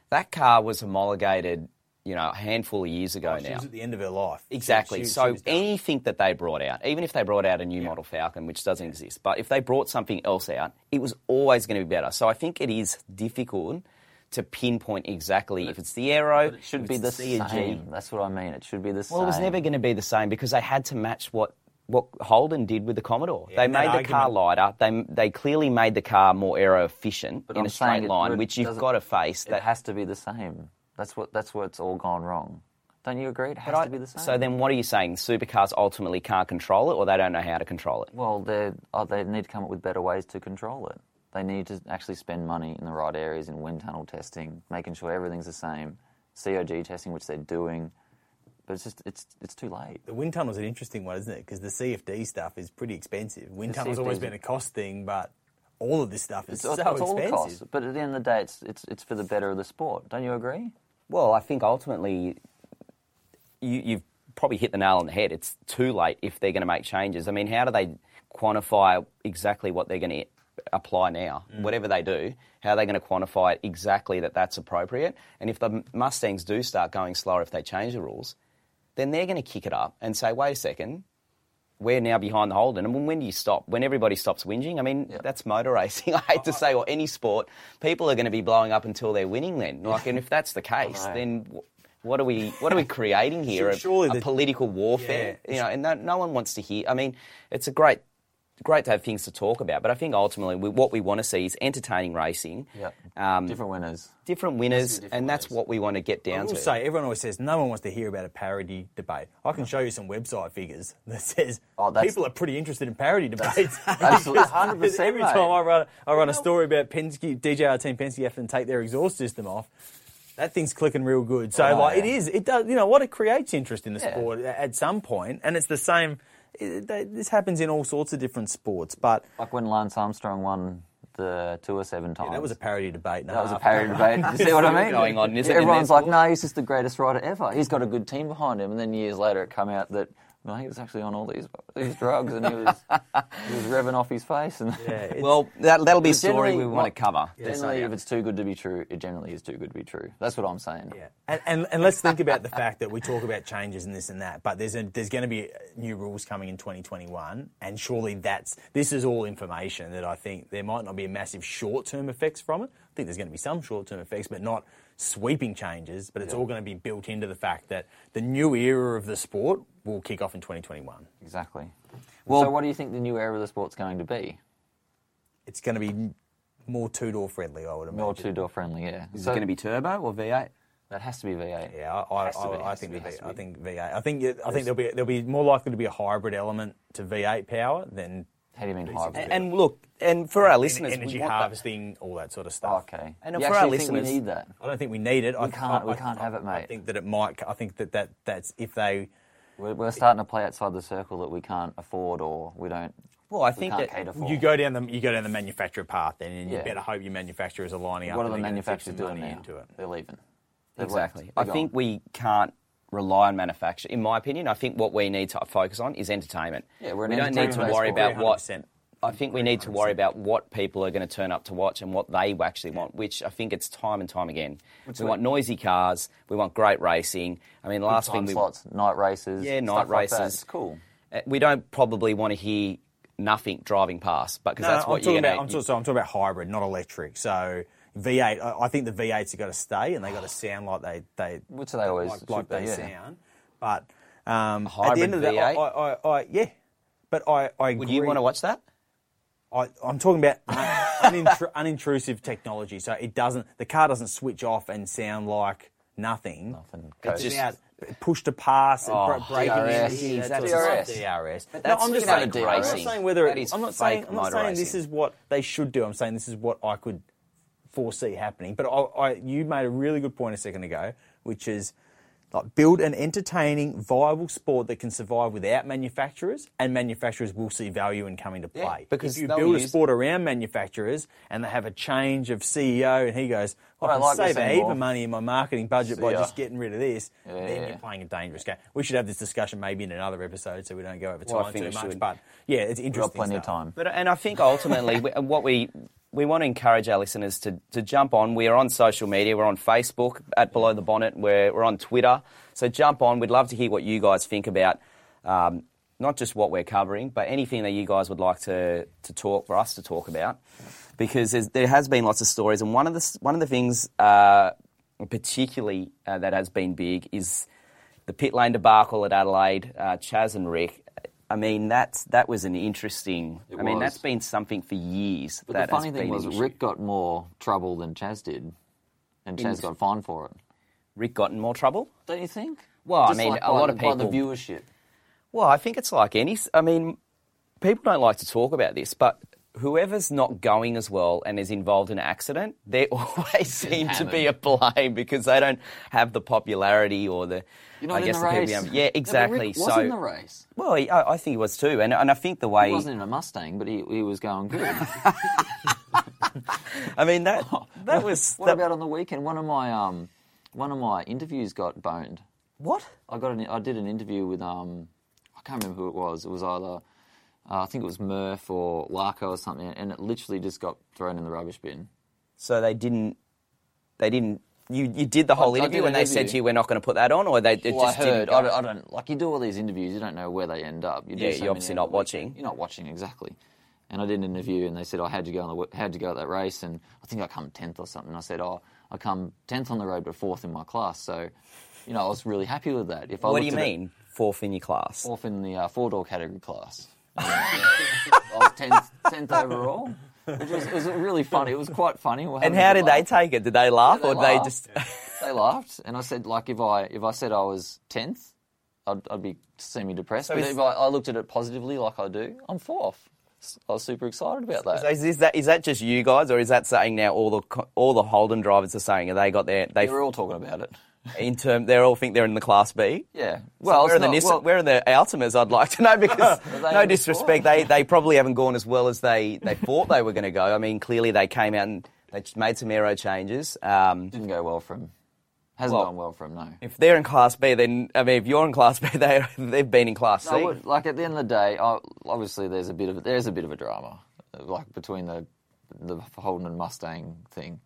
S1: that car was homologated, you know, a handful of years ago
S3: Oh, She
S1: now.
S3: was at the end of her life. She-
S1: Exactly.
S3: she- she
S1: so
S3: was done.
S1: anything that they brought out, even if they brought out a new model Falcon, which doesn't exist, but if they brought something else out, it was always going to be better. So I think it is difficult to pinpoint exactly if it's the aero,
S2: It should
S1: if
S2: be the
S1: it's CG.
S2: same. That's what I mean. It should be the same.
S1: Well, it was never going to be the same because they had to match what what Holden did with the Commodore. they
S3: and that
S1: made the car lighter. They they clearly made the car more aero efficient in
S2: I'm
S1: a straight
S2: saying it
S1: line,
S2: would-
S1: which you've
S2: doesn't-
S1: got to face.
S2: It has to be the same. That's what. That's where it's all gone wrong. Don't you agree? It has
S1: But I-
S2: to be the same.
S1: So then, what are you saying? Supercars ultimately can't control it, or they don't know how to control it.
S2: Well, they oh, they need to come up with better ways to control it. They need to actually spend money in the right areas in wind tunnel testing, making sure everything's the same, COG testing, which they're doing. But it's just it's it's too late.
S3: the wind tunnel's an interesting one, isn't it? Because the CFD stuff is pretty expensive. Wind
S2: The
S3: tunnel's always
S2: CFD
S3: been a cost thing, but all of this stuff is so
S2: all the
S3: expensive.
S2: cost. But at the end of the day, it's it's it's for the better of the sport. Don't you agree?
S1: Well, I think ultimately, you, you've probably hit the nail on the head. It's too late if they're going to make changes. I mean, how do they quantify exactly what they're going to apply now? Whatever they do, how are they going to quantify it exactly that that's appropriate? And if the Mustangs do start going slower if they change the rules, then they're going to kick it up and say, wait a second, we're now behind the Holden. And when do you stop? When everybody stops whinging? I mean, that's motor racing. I hate to say, or any sport, people are going to be blowing up until they're winning. Then, like, and if that's the case,
S2: know.
S1: then. w- What are we? What are we creating here? A-
S3: Surely
S1: a,
S3: the-
S1: political warfare, you know. And no, no one wants to hear. I mean, it's a great, great to have things to talk about. But I think ultimately, we, what we want to see is entertaining racing,
S2: Yeah.
S1: um,
S2: Different winners.
S1: different winners,
S2: different
S1: and that's
S2: winners.
S1: what we want to get
S3: I
S1: down
S3: will
S1: to.
S3: say, everyone always says no one wants to hear about a parody debate. I can show you some website figures that says
S2: Oh, that's-
S3: people are pretty interested in parody debates.
S2: Absolutely, 100%,
S3: Every
S2: mate.
S3: time I run, I run a story about Penske, DJR Team Penske having to take their exhaust system off. That thing's clicking real good. So,
S2: Oh,
S3: like,
S2: yeah.
S3: it is. It does. You know what? It creates interest in the
S2: Yeah.
S3: sport a- at some point, and it's the same. It, they, this happens in all sorts of different sports, but
S2: Like when Lance Armstrong won the tour seven times.
S3: that was a parody debate. and a
S2: Oh, That was a
S3: half.
S2: parody debate. You see what I mean?
S1: going on, isn't it, in
S2: Everyone's
S1: their
S2: like,
S1: sport?
S2: no, he's just the greatest rider ever. He's got a good team behind him. And then years later, it come out that no, he was actually on all these these drugs and he was he was revving off his face. And
S3: Yeah, it's-
S1: Well, that, that'll be a story
S2: Generally,
S1: we want
S2: what-
S1: to cover.
S2: Generally, if it's too good to be true, it generally is too good to be true. That's what I'm saying.
S3: Yeah, and, and and let's think about the fact that we talk about changes and this and that, but there's a, there's going to be new rules coming in 2021, and surely that's this is all information that I think there might not be a massive short term effects from it. I think there's going to be some short term effects, but not sweeping changes. But it's all going to be built into the fact that the new era of the sport will kick off in 2021.
S2: Exactly.
S1: Well-
S2: so, what do you think the new era of the sport's going to be?
S3: It's going to be more two door friendly, I would imagine.
S2: More two door friendly, yeah.
S1: Is
S2: So
S1: it going to be turbo or V8?
S2: that has to be V8.
S3: Yeah, I, I,
S2: Has to be,
S3: I, I
S2: has to
S3: think
S2: be,
S3: the
S2: has
S3: V,
S2: to
S3: I
S2: be.
S3: think V8. I think I think there'll be there'll be more likely to be a hybrid element to V8 power than
S2: How do you mean hybrid?
S1: And, and look, and for our listeners, we
S3: energy
S1: want that.
S3: harvesting, all that sort of stuff.
S2: okay.
S1: And
S2: you
S1: for our
S2: actually think
S1: listeners-
S2: we need that.
S3: I don't think we need it. We I,
S2: can't-
S3: I,
S2: we
S3: I-
S2: can't
S3: I-
S2: have it,
S3: I
S2: mate.
S3: think that it might. I think that, that that's if they.
S2: We're, we're starting to play outside the circle that we can't afford or we don't.
S1: Well, I
S2: we
S1: think
S2: can't
S1: that
S2: cater for.
S3: You go down the you go down the manufacturer path, then, and you
S2: Yeah.
S3: better hope your manufacturers are lining up.
S2: what are
S3: and
S2: the
S3: they're gonna tip
S2: manufacturers
S3: some
S2: doing
S3: money
S2: now?
S3: Into it.
S2: They're leaving. They've
S1: Exactly.
S2: left.
S1: I
S2: They're
S1: think
S2: gone.
S1: we can't rely on manufacture. In my opinion, I think what we need to focus on is entertainment.
S2: Yeah, we're an
S1: we don't need to
S2: entertainment-based
S1: worry
S2: sport.
S1: about what.
S3: 100%.
S1: I think we need to worry about what people are going to turn up to watch and what they actually want, which I think it's time and time again. we want noisy cars. We want great racing. I mean, the last
S2: time
S1: thing we
S2: slots, night races.
S1: yeah, night
S2: stuff like
S1: races.
S2: that. It's cool.
S1: Uh, We don't probably want to hear nothing driving past, but because
S3: No,
S1: that's
S3: Uh, I'm
S1: what
S3: talking
S1: you're
S3: about.
S1: going
S3: I'm, talking, so I'm talking about hybrid, not electric. So V8. I, I think the V8s have got to stay, and they got to sound like they they
S2: Which they always
S3: like, like
S2: should be,
S3: they
S2: yeah.
S3: sound. But um, at
S1: hybrid
S3: the end of the day, I,
S1: V8?
S3: I, I, I, yeah. But I, I
S1: Would you
S3: agree.
S1: want to watch that?
S3: I, I'm talking about un- unintru- unintrusive technology, so it doesn't. The car doesn't switch off and sound like nothing.
S2: Nothing.
S3: It's
S2: Coast.
S3: just out, push to pass and
S1: Oh,
S3: bra- braking.
S2: DRS.
S3: in,
S2: That's
S3: sort of
S2: DRS.
S3: stuff. DRS.
S1: that's
S3: no, I'm just
S1: fake
S3: saying. I'm not
S2: racing.
S3: saying whether
S1: That
S3: it-
S1: is
S3: I'm not
S1: fake
S3: saying. I'm not
S1: motor
S3: saying this
S1: racing.
S3: is what they should do. I'm saying this is what I could foresee happening. But I, I, you made a really good point a second ago, which is. Like build an entertaining, viable sport that can survive without manufacturers, and manufacturers will see value in coming to play.
S1: because
S3: if you
S1: they'll
S3: build a
S1: use-
S3: sport around manufacturers and they have a change of CEO, and he goes, "I
S2: I
S3: can
S2: like this
S3: save a heap
S2: anymore."
S3: of money in my marketing budget by
S2: ya.
S3: just getting rid of this," then
S2: Yeah.
S3: you're playing a dangerous game. We should have this discussion maybe in another episode, so we don't go over time
S1: Well, I think
S3: too
S1: we
S3: much.
S1: should.
S3: But yeah, it's
S2: We've got
S3: interesting.
S2: plenty of
S3: stuff.
S2: time.
S1: But and I think ultimately we, what we we want to encourage our listeners to, to jump on. We are on social media. We're on Facebook at Below the Bonnet. We're, we're on Twitter. So jump on. We'd love to hear what you guys think about um, not just what we're covering, but anything that you guys would like to, to talk for us to talk about. Because there's- there has been lots of stories, and one of the s- one of the things uh, particularly uh, that has been big is the pit lane debacle at Adelaide, uh, Chaz and Rick. I mean, that's that was an interesting. I mean,
S2: was.
S1: that's been something for years.
S2: But
S1: that
S2: the funny
S1: has
S2: thing
S1: been an
S2: was,
S1: issue.
S2: Rick got more trouble than Chaz did, and Chaz got fined for it.
S1: Rick got in more trouble.
S2: Don't you think?
S1: Well, I
S2: Just
S1: mean,
S2: like
S1: a
S2: by
S1: lot
S2: the-
S1: of
S2: by the
S1: people-
S2: viewership.
S1: Well, I think it's like any. I mean, people don't like to talk about this, but whoever's not going as well and is involved in an accident, they always seem to be a blame because they don't have the popularity or the.
S2: You're not
S1: I guess
S2: in the
S1: people
S2: race.
S1: behind- yeah, exactly.
S2: Yeah, but Rick
S1: so
S2: was in the race.
S1: well, he, I, I think he was too, and and I think the way
S2: He wasn't in a Mustang, but he, he was going good.
S1: I mean that that was
S2: what
S1: that-
S2: about on the weekend? One of my um, one of my interviews got boned
S3: What?
S2: I got an, I did an interview with um, I can't remember who it was. It was either uh, I think it was Murph or Larko or something, and it literally just got thrown in the rubbish bin.
S1: So they didn't. They didn't. You, you did the whole
S2: I did
S1: interview
S2: an
S1: and they said
S2: interview.
S1: to you, we're not going to put that on, or they it
S2: well, I
S1: just
S2: heard.
S1: didn't.
S2: I don't, I don't like you do all these interviews. You don't know where they end up. You do
S1: Yeah,
S2: so
S1: you're
S2: many
S1: obviously not
S2: over the weekend.
S1: watching.
S2: You're not watching exactly. And I did an interview, and they said, "Oh, how'd you go on the w- how'd you go at that race?" And I think I come tenth or something. I said, "Oh, I come tenth on the road, but fourth in my class." So, you know, I was really happy with that. If I
S1: What do you
S2: looked at it-
S1: mean? Fourth in your class.
S2: off in the uh, four door category class. Um, I was 10th, 10th overall, which was, it was really funny. It was quite funny. We were
S1: And
S2: having
S1: how
S2: a
S1: did they
S2: laugh.
S1: take it? Did they laugh
S2: They
S1: or did they
S2: laughed.
S1: just.
S2: They laughed, and I said, like, if I if I said I was tenth, I'd, I'd be semi depressed. but
S3: is-
S2: if I, I looked at it positively, like I do, I'm fourth. S- I was super excited about that.
S1: So is, is that is that just you guys, or is that saying now all the co- all the Holden drivers are saying? Are they got their they
S2: they were all talking about it.
S1: in term? They all think they're in the class B.
S2: Yeah.
S1: Well,
S2: it's
S1: we're in the
S2: not-
S1: Nissan,
S2: well-
S1: we're in the Altimas. I'd like to know because
S2: they
S1: no
S2: in the
S1: disrespect, they they probably haven't gone as well as they they thought they were going to go. I mean, clearly they came out and they just made some aero changes. Um,
S2: didn't go well for him. Hasn't
S1: Well,
S2: gone well for him. No.
S1: if they're in class B, then I mean, if you're in class B, they they've been in class C.
S2: I would- like at the end of the day, I, obviously there's a bit of there's a bit of a drama, uh, like between the the Holden and Mustang thing.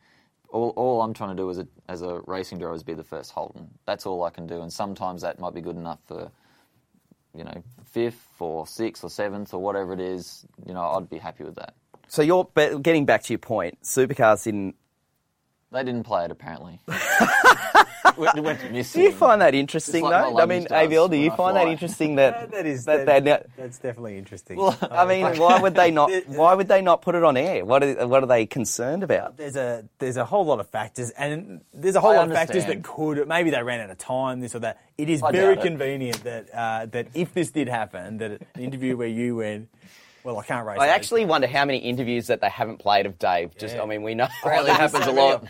S2: All, all I'm trying to do as a as a racing driver is be the first Holden. That's all I can do, and sometimes that might be good enough for you know fifth or sixth or seventh or whatever it is. You know, I'd be happy with that.
S1: So you're but getting back to your point. Supercars didn't.
S2: They didn't play it apparently. went, went missing.
S1: Do you find that interesting
S2: like my
S1: though? I mean,
S2: luggage does
S1: AVL, do
S2: when
S1: you
S2: I
S1: find that
S2: fly.
S1: interesting that
S3: That is
S1: that,
S3: that-
S1: they're not-
S3: That's definitely interesting.
S1: I mean, why would they not? Why would they not put it on air? What are, what are they concerned about?
S3: there's a there's a whole lot of factors, and there's a whole
S2: I
S3: lot of factors
S2: understand.
S3: that could maybe they ran out of time, this or that. It is
S2: I
S3: very
S2: doubt it.
S3: convenient that uh, that if this did happen, that an interview where you went, well, I can't race.
S1: I
S3: those."
S1: actually wonder how many interviews that they haven't played of Dave. Just,
S3: Yeah.
S1: I mean, we know.
S2: Apparently it happens a lot.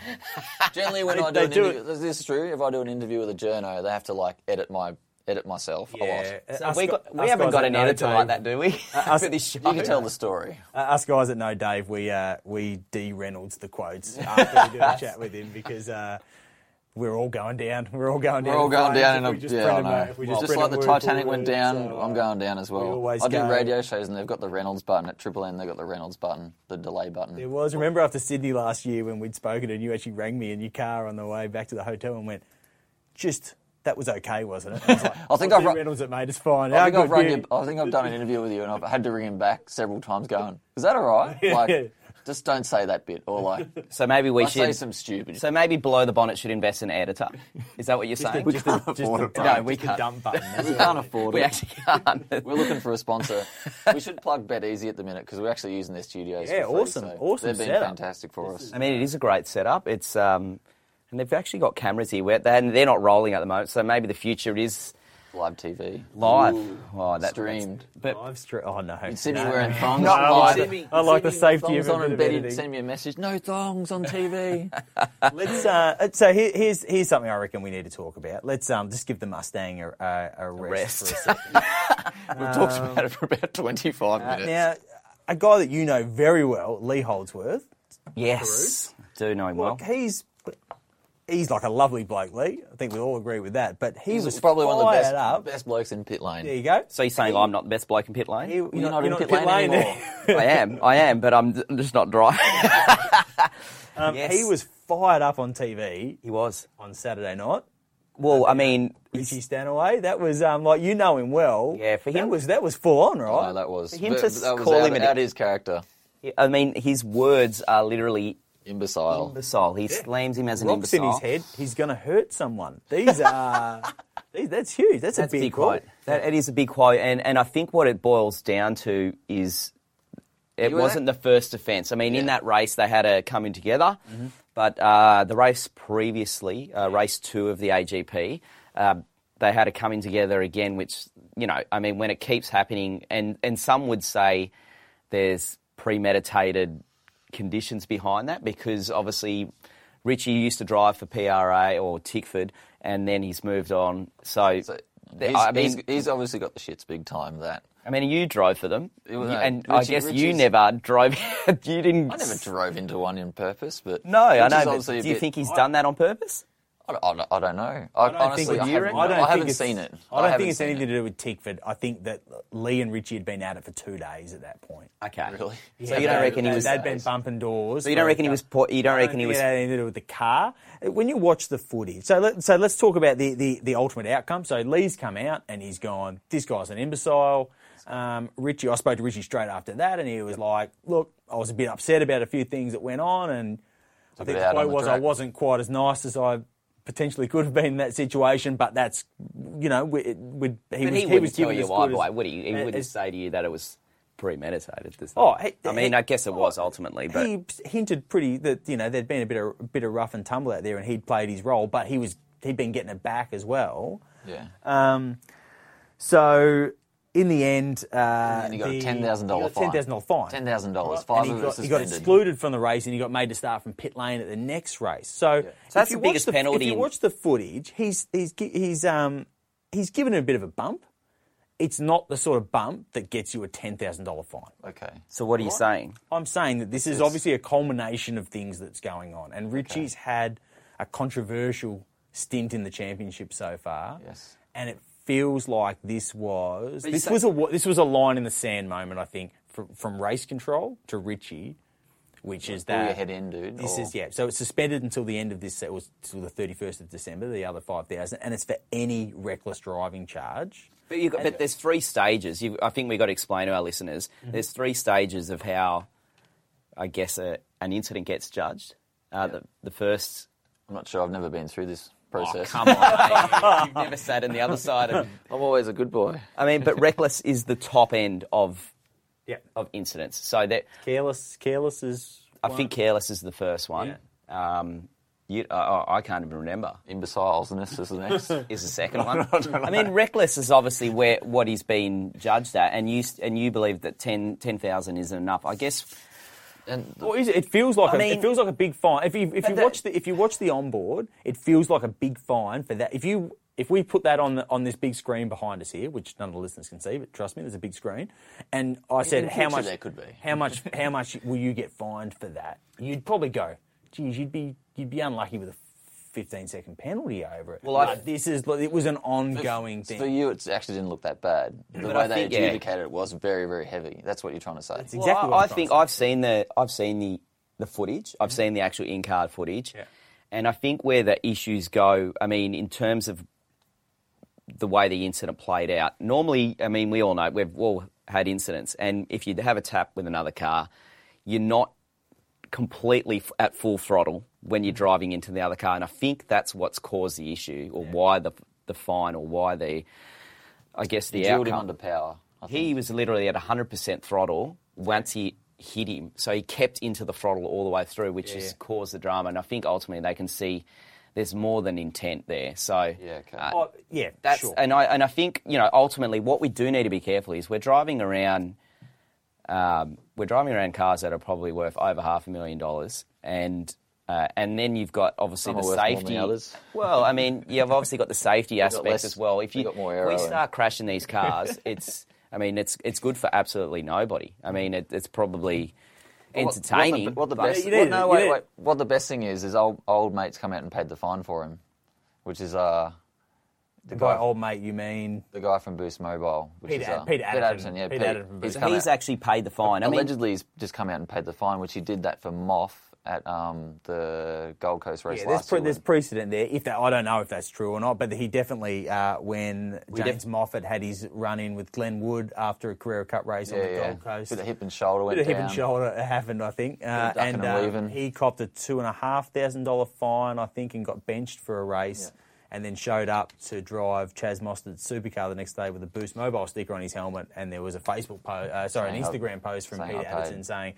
S2: Generally, when I do
S3: they
S2: an
S3: do
S2: interview, this is true. If I do an interview with a journo, they have to like edit my edit myself
S3: Yeah.
S2: a lot.
S1: So we got,
S3: Us gu-
S1: we
S3: us
S1: haven't
S3: guys
S1: got
S3: that
S1: an
S3: know
S1: editor
S3: Dave- Uh,
S1: like that, do we?
S3: us-
S1: For this
S2: You
S1: show.
S2: can tell the story.
S3: Uh, us guys that know Dave, we uh, we de Reynolds the quotes after we do a chat with him because. Uh, we're all going down. We're all going down.
S2: We're all
S3: in
S2: going
S3: flames
S2: down
S3: if
S2: in
S3: we
S2: a
S3: just
S2: yeah,
S3: print
S2: I
S3: them
S2: know.
S3: out- if we just
S2: just
S3: print
S2: like
S3: them
S2: the
S3: word for
S2: Titanic went
S3: word,
S2: down,
S3: so,
S2: I'm
S3: uh,
S2: going down as well.
S3: always
S2: I do
S3: go-
S2: radio shows and they've got the Reynolds button at Triple N. They've got the Reynolds button, the delay button.
S3: It was. Remember after Sydney last year when we'd spoken and you actually rang me in your car on the way back to the hotel and went, just that was okay, wasn't it? I, was like,
S2: I think
S3: "Well,
S2: I've
S3: Dee
S2: run-
S3: Reynolds it made us fine.
S2: I
S3: How
S2: think, I've
S3: good
S2: run
S3: you-
S2: you- I think I've done an interview with you and I've had to ring him back several times going, is that all right?
S3: Yeah.
S2: Like, just don't say that bit. Or like,
S1: So maybe we
S2: I say
S1: should.
S2: some stupid
S1: So maybe below the bonnet should invest in an editor. Is that what you're saying?
S3: just a, just
S2: afford
S3: a,
S2: it,
S1: right?
S3: no, we
S1: We
S3: just a
S1: can't.
S3: dump button. that's
S2: We
S3: all.
S2: can't afford it.
S1: we actually can't.
S2: We're looking for a sponsor. we should plug Bet Easy at the minute because we're actually using their studios.
S3: Yeah,
S2: for free,
S3: awesome,
S2: so
S3: awesome
S2: They've been
S3: setup.
S2: fantastic for us.
S1: I mean, it is a great setup. It's um, and they've actually got cameras here. Where they they're not rolling at the moment, so maybe the future is
S2: Live TV.
S1: live. oh,
S2: streamed.
S1: But
S3: I've stra- oh, no.
S2: Sydney
S3: No.
S2: wearing thongs.
S3: No, I
S2: live.
S3: like the- I like the safety
S2: Thongs
S3: of
S2: on and
S3: it.
S2: Betty send me a message. No thongs on TV.
S3: Let's. Uh, so here, here's here's something I reckon we need to talk about. Let's um, just give the Mustang a, a, a rest.
S1: rest.
S3: For a second.
S2: We've
S3: Uh,
S2: talked about it for about 25 minutes.
S3: now, a guy that you know very well, Lee Holdsworth.
S1: yes, do know him well.
S3: Look, he's he's like a lovely bloke, Lee. I think we all agree with that. But he
S2: He
S3: was,
S2: was probably one of the
S3: fired
S2: best,
S3: Up.
S2: best blokes in pit lane.
S3: There you go.
S1: So you're saying I'm not the best bloke in pit lane?
S3: You-
S2: You're not,
S3: you're
S2: in
S3: not
S2: pit,
S3: pit
S2: lane,
S3: lane.
S2: anymore.
S1: I am. I am, but I'm, I'm just not dry.
S3: Um,
S1: Yes.
S3: He was fired up on TV
S1: he was.
S3: on Saturday night.
S1: Well, I mean,
S3: Richie Stanaway. That was um, like you know him well.
S1: Yeah, for
S3: that
S1: him-
S3: was that was full on, right?
S2: no, Uh, Oh, that was.
S1: him
S2: but-
S1: to
S2: but that was
S1: call
S2: out,
S1: him an-
S2: out his character.
S1: I mean, his words are literally
S2: Imbecile.
S1: imbecile. He slams him as an
S3: Rocks in
S1: imbecile.
S3: his head. He's going to hurt someone. These are. these, that's huge. That's,
S1: That's
S3: a big, call.
S1: quote. That, it is a big quote, and and I think what it boils down to is it
S2: You were
S1: wasn't the first offence. I mean, in
S2: Yeah.
S1: that race they had a coming together, but uh, the race previously, uh, race two of the AGP, uh, they had a coming together again, which you know, I mean, when it keeps happening, and and some would say there's premeditated conditions behind that because obviously Richie used to drive for PRA or Tickford and then he's moved on. So,
S2: So
S1: the-
S2: he's,
S1: I
S2: he's-
S1: mean,
S2: he's obviously got the shits big time, that.
S1: I mean, you drove for them,
S2: It was-
S1: You-
S2: no,
S1: and I
S2: Richie-
S1: guess you
S2: Richie's-
S1: never drove. you didn't.
S2: I never drove into one in purpose, but
S1: no, I
S2: Which is
S1: know. But
S2: obviously
S1: do
S2: a
S1: you
S2: bit-
S1: think he's done that on purpose?
S2: I don't, I don't- I don't know. I, honestly, I haven't, I
S3: think
S2: haven't
S3: it's-
S2: seen it.
S3: I don't
S2: haven't
S3: think it's
S2: seen
S3: anything
S2: it.
S3: to do with Tickford. I think that Lee and Richie had been at it for two days at that point.
S1: Okay.
S2: Really?
S1: So you don't reckon he was?
S3: They'd been bumping doors.
S1: So you don't reckon he was? Poor, you don't
S3: I
S1: reckon he
S3: think
S1: was?
S3: It had anything to do with the car. When you watch the footage, so let, so let's talk about the, the the ultimate outcome. So Lee's come out and he's gone. This guy's an imbecile. Um, Richie, I spoke to Richie straight after that, and he was like, "Look, I was a bit upset about a few things that went on, and I think
S2: bit
S3: the
S2: out
S3: quote
S2: on the
S3: was I
S2: track."
S3: wasn't quite as nice as I." Potentially could have been in that situation, but that's you know we, it- we'd- he,
S1: But he,
S3: was, he was
S1: wouldn't
S3: given
S1: tell you
S3: as
S1: why,
S3: good
S1: boy,
S3: as-
S1: would he? He
S3: as-
S1: wouldn't
S3: as-
S1: say to you that it was premeditated. This.
S3: Oh,
S1: time.
S3: he-
S1: I mean,
S3: he-
S1: I guess it was ultimately, but
S3: he hinted pretty that you know there'd been a bit of a bit of rough and tumble out there, and he'd played his role, but he was he'd been getting it back as well.
S2: Yeah.
S3: Um, so in the end, uh,
S2: and he got
S3: the-
S2: a ten thousand dollar
S3: he got
S2: fine.
S3: a $10,000 fine.
S2: Ten thousand dollars.
S3: and
S2: Five
S3: he
S2: of it
S3: got,
S2: was
S3: he got
S2: suspended.
S3: excluded from the race, and he got made to start from pit lane at the next race. So, if
S1: that's
S3: you
S1: the
S3: watch
S1: biggest penalty
S3: If you
S1: in-
S3: watch the footage, he's he's gi- he's um he's given it a bit of a bump. It's not the sort of bump that gets you a ten thousand dollar fine.
S2: Okay.
S1: so what are you saying?
S3: I'm saying that this is obviously a culmination of things that's going on, and Richie's had a controversial stint in the championship so far.
S2: Yes.
S3: and it feels like this was
S1: you
S3: this
S1: say-
S3: was a wa- this was a line in the sand moment. I think from, from race control to Richie, which is
S2: Pull
S3: that
S2: your head in, dude.
S3: This
S2: or-
S3: is yeah. So it's suspended until the end of this. It was till the 31st of December. The other five thousand, and it's for any reckless driving charge.
S1: But, you got, but there's three stages. You, I think we've got to explain to our listeners. There's three stages of how, I guess, a, an incident gets judged. Uh, the, the first.
S2: I'm not sure. I've never been through this process.
S1: Oh, come on, mate. you've never sat on the other side. Of,
S2: I'm always a good boy.
S1: I mean, but reckless is the top end of
S3: Yeah,
S1: of incidents. So that
S3: careless. Careless is.
S1: I think careless is the first one. Um, you, I, I can't even remember.
S2: Imbeciles, and this is the next.
S1: is the second one. I mean, reckless is obviously where what he's been judged at, and you s- and you believe that 10 10,000 isn't enough. I guess
S2: and
S3: Well, is it? it feels like
S1: I
S3: a,
S1: mean-
S3: it feels like a big fine. If you if you
S1: that-
S3: watch the if you watch the onboard, it feels like a big fine for that. If you if we put that on the, on this big screen behind us here, which none of the listeners can see, but trust me, there's a big screen. And I
S2: can
S3: said, how
S2: picture
S3: much
S2: there could be.
S3: How much how much will you get fined for that? You'd probably go, geez, you'd be you'd be unlucky with a 15 second penalty over it. Well,
S1: I-
S3: this is it was an ongoing thing.
S2: for you, it actually didn't look that bad. The
S1: But I
S2: way they
S1: think, yeah.
S2: adjudicated it was very, very heavy. That's what you're trying to say.
S3: Well, exactly
S1: I, I
S3: what I'm trying
S1: think
S3: to say. Mm-hmm.
S1: I've seen the I've seen the the footage. I've seen the actual in card footage,
S3: Yeah.
S1: and I think where the issues go. I mean, in terms of the way the incident played out. Normally, I mean, we all know we've all had incidents, and if you have a tap with another car, you're not completely f- at full throttle when
S3: Mm-hmm.
S1: you're driving into the other car, and I think that's what's caused the issue, or why the the fine, or why the I guess the
S2: Drilled him
S1: outcome.
S2: under power. I think.
S1: He was literally at 100% throttle once he hit him. So he kept into the throttle all the way through, which has caused the drama. And I think ultimately they can see there's more than intent there. So
S2: Yeah, okay.
S3: Oh, yeah,
S1: that's
S3: sure.
S1: and I and I think you know ultimately what we do need to be careful is we're driving around. Um, we're driving around cars that are probably worth over half a million dollars, and uh, and then you've got obviously
S2: Some
S1: the
S2: are worth more than
S1: safety.
S2: others.
S1: Well, I mean, you've obviously got the safety aspect
S2: less-
S1: as well. If
S2: we
S1: you
S2: got more
S1: if
S2: aero
S1: we
S2: in.
S1: start crashing these cars, it's I mean it's it's good for absolutely nobody. I mean it, it's probably entertaining.
S2: What, the,
S1: but-
S2: what the best?
S3: You need
S2: what- no,
S3: it, you
S2: wait,
S3: need
S2: wait.
S3: it.
S2: What the best thing is is old old mates come out and paid the fine for him, which is uh the
S3: by
S2: guy
S3: old mate, you mean
S2: the guy from Boost Mobile, which
S3: Peter
S2: is
S3: Ad-
S2: uh,
S3: Peter Adderton.
S2: yeah,
S3: Peter
S2: Pete,
S3: Adderton from
S2: he's
S3: Boost Mobile.
S2: come
S1: he's
S2: out-
S1: actually paid the fine. I mean,
S2: allegedly he's just come out and paid the fine, which he did that for Moff at um, the Gold Coast race
S3: Yeah, there's,
S2: last
S3: pre-
S2: year.
S3: there's precedent there. If that, I don't know if that's true or not, but he definitely, uh, when James
S1: def-
S3: Moffat had his run in with Glenn Wood after a Carrera Cup race on
S2: yeah,
S3: the
S2: yeah.
S3: Gold Coast,
S2: Bit of hip and shoulder went
S3: Bit of hip
S2: down.
S3: and shoulder happened, I think, uh,
S2: of ducking
S3: and
S2: and
S3: uh,
S2: weaving.
S3: he copped a two and a half thousand dollar fine, I think, and got benched for a race. And then showed up to drive Chaz Mostard's supercar the next day with a Boost Mobile sticker on his helmet, and there was a Facebook post, uh, sorry, an
S2: Saying I-
S3: Instagram post from
S2: saying
S3: Peter
S2: I paid.
S3: Addison saying,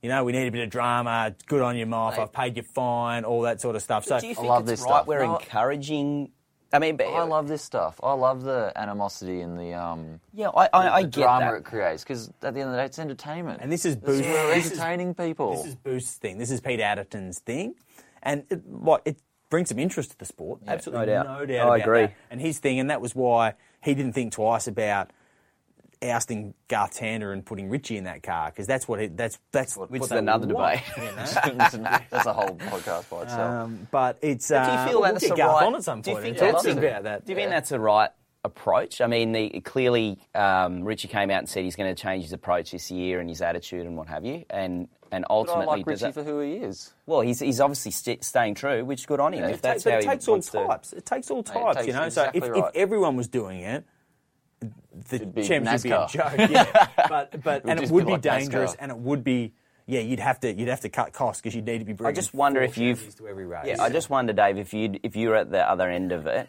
S3: "You know, we need a bit of drama. Good on you, Moff. I've paid your fine, all that sort of stuff." So
S1: do you think
S2: love
S1: it's
S2: this
S1: right
S2: stuff.
S1: we're
S2: No, I-
S1: encouraging? I mean, but,
S2: I love this stuff. I love the animosity and the um,
S1: yeah, I, I, I
S2: the
S1: get
S2: drama
S1: that.
S2: it creates because at the end of the day, it's entertainment.
S3: And this is
S2: This
S3: boost-
S2: we're
S3: this is-
S2: entertaining people.
S3: This is Boost's thing. This is Pete Adderton's thing, and it, what it brings some interest to the sport. Absolutely,
S1: no
S3: no
S1: doubt.
S3: doubt.
S1: I
S3: about
S1: agree.
S3: that. And his thing, and that was why he didn't think twice about ousting Garth Tander and putting Richie in that car because that's what it, that's that's what.
S1: Which
S3: what
S1: is
S3: they
S1: another
S3: want,
S1: debate.
S3: you know?
S2: That's a whole podcast by itself.
S3: Um, but it's.
S1: do you
S3: uh,
S1: feel
S3: we'll
S1: that's
S3: get
S1: the
S3: Garth
S1: right?
S3: on at some
S1: do you
S3: point
S1: think
S3: and
S1: that's
S3: talk
S1: a-
S3: about that?
S1: Do you
S3: yeah.
S1: think that's the right approach? I mean, the, clearly um, Richie came out and said he's going to change his approach this year and his attitude and what have you, and and
S2: but I
S1: ultimately
S2: like
S1: does
S2: Richie
S1: that-
S2: for who he is.
S1: well, he's he's obviously st- staying true, which good on him
S3: It
S1: if that's
S3: ta- but
S1: how
S3: it
S1: he
S3: takes all
S1: wants to.
S3: types. It takes all
S2: it
S3: types, you
S2: takes
S3: know.
S2: exactly
S3: so if,
S2: right.
S3: if everyone was doing it, the
S2: be
S3: championship would be a
S2: NASCAR.
S3: joke. Yeah. but but and it
S2: just
S3: would
S2: be
S3: be
S2: like NASCAR.
S3: dangerous, and it would be yeah. You'd have to you'd have to cut costs because you'd need to be.
S1: I
S3: bringing
S1: just wonder
S3: four
S1: if you've
S3: champions to every race.
S1: yeah. I just wonder, Dave, if you if you were at the other end of it,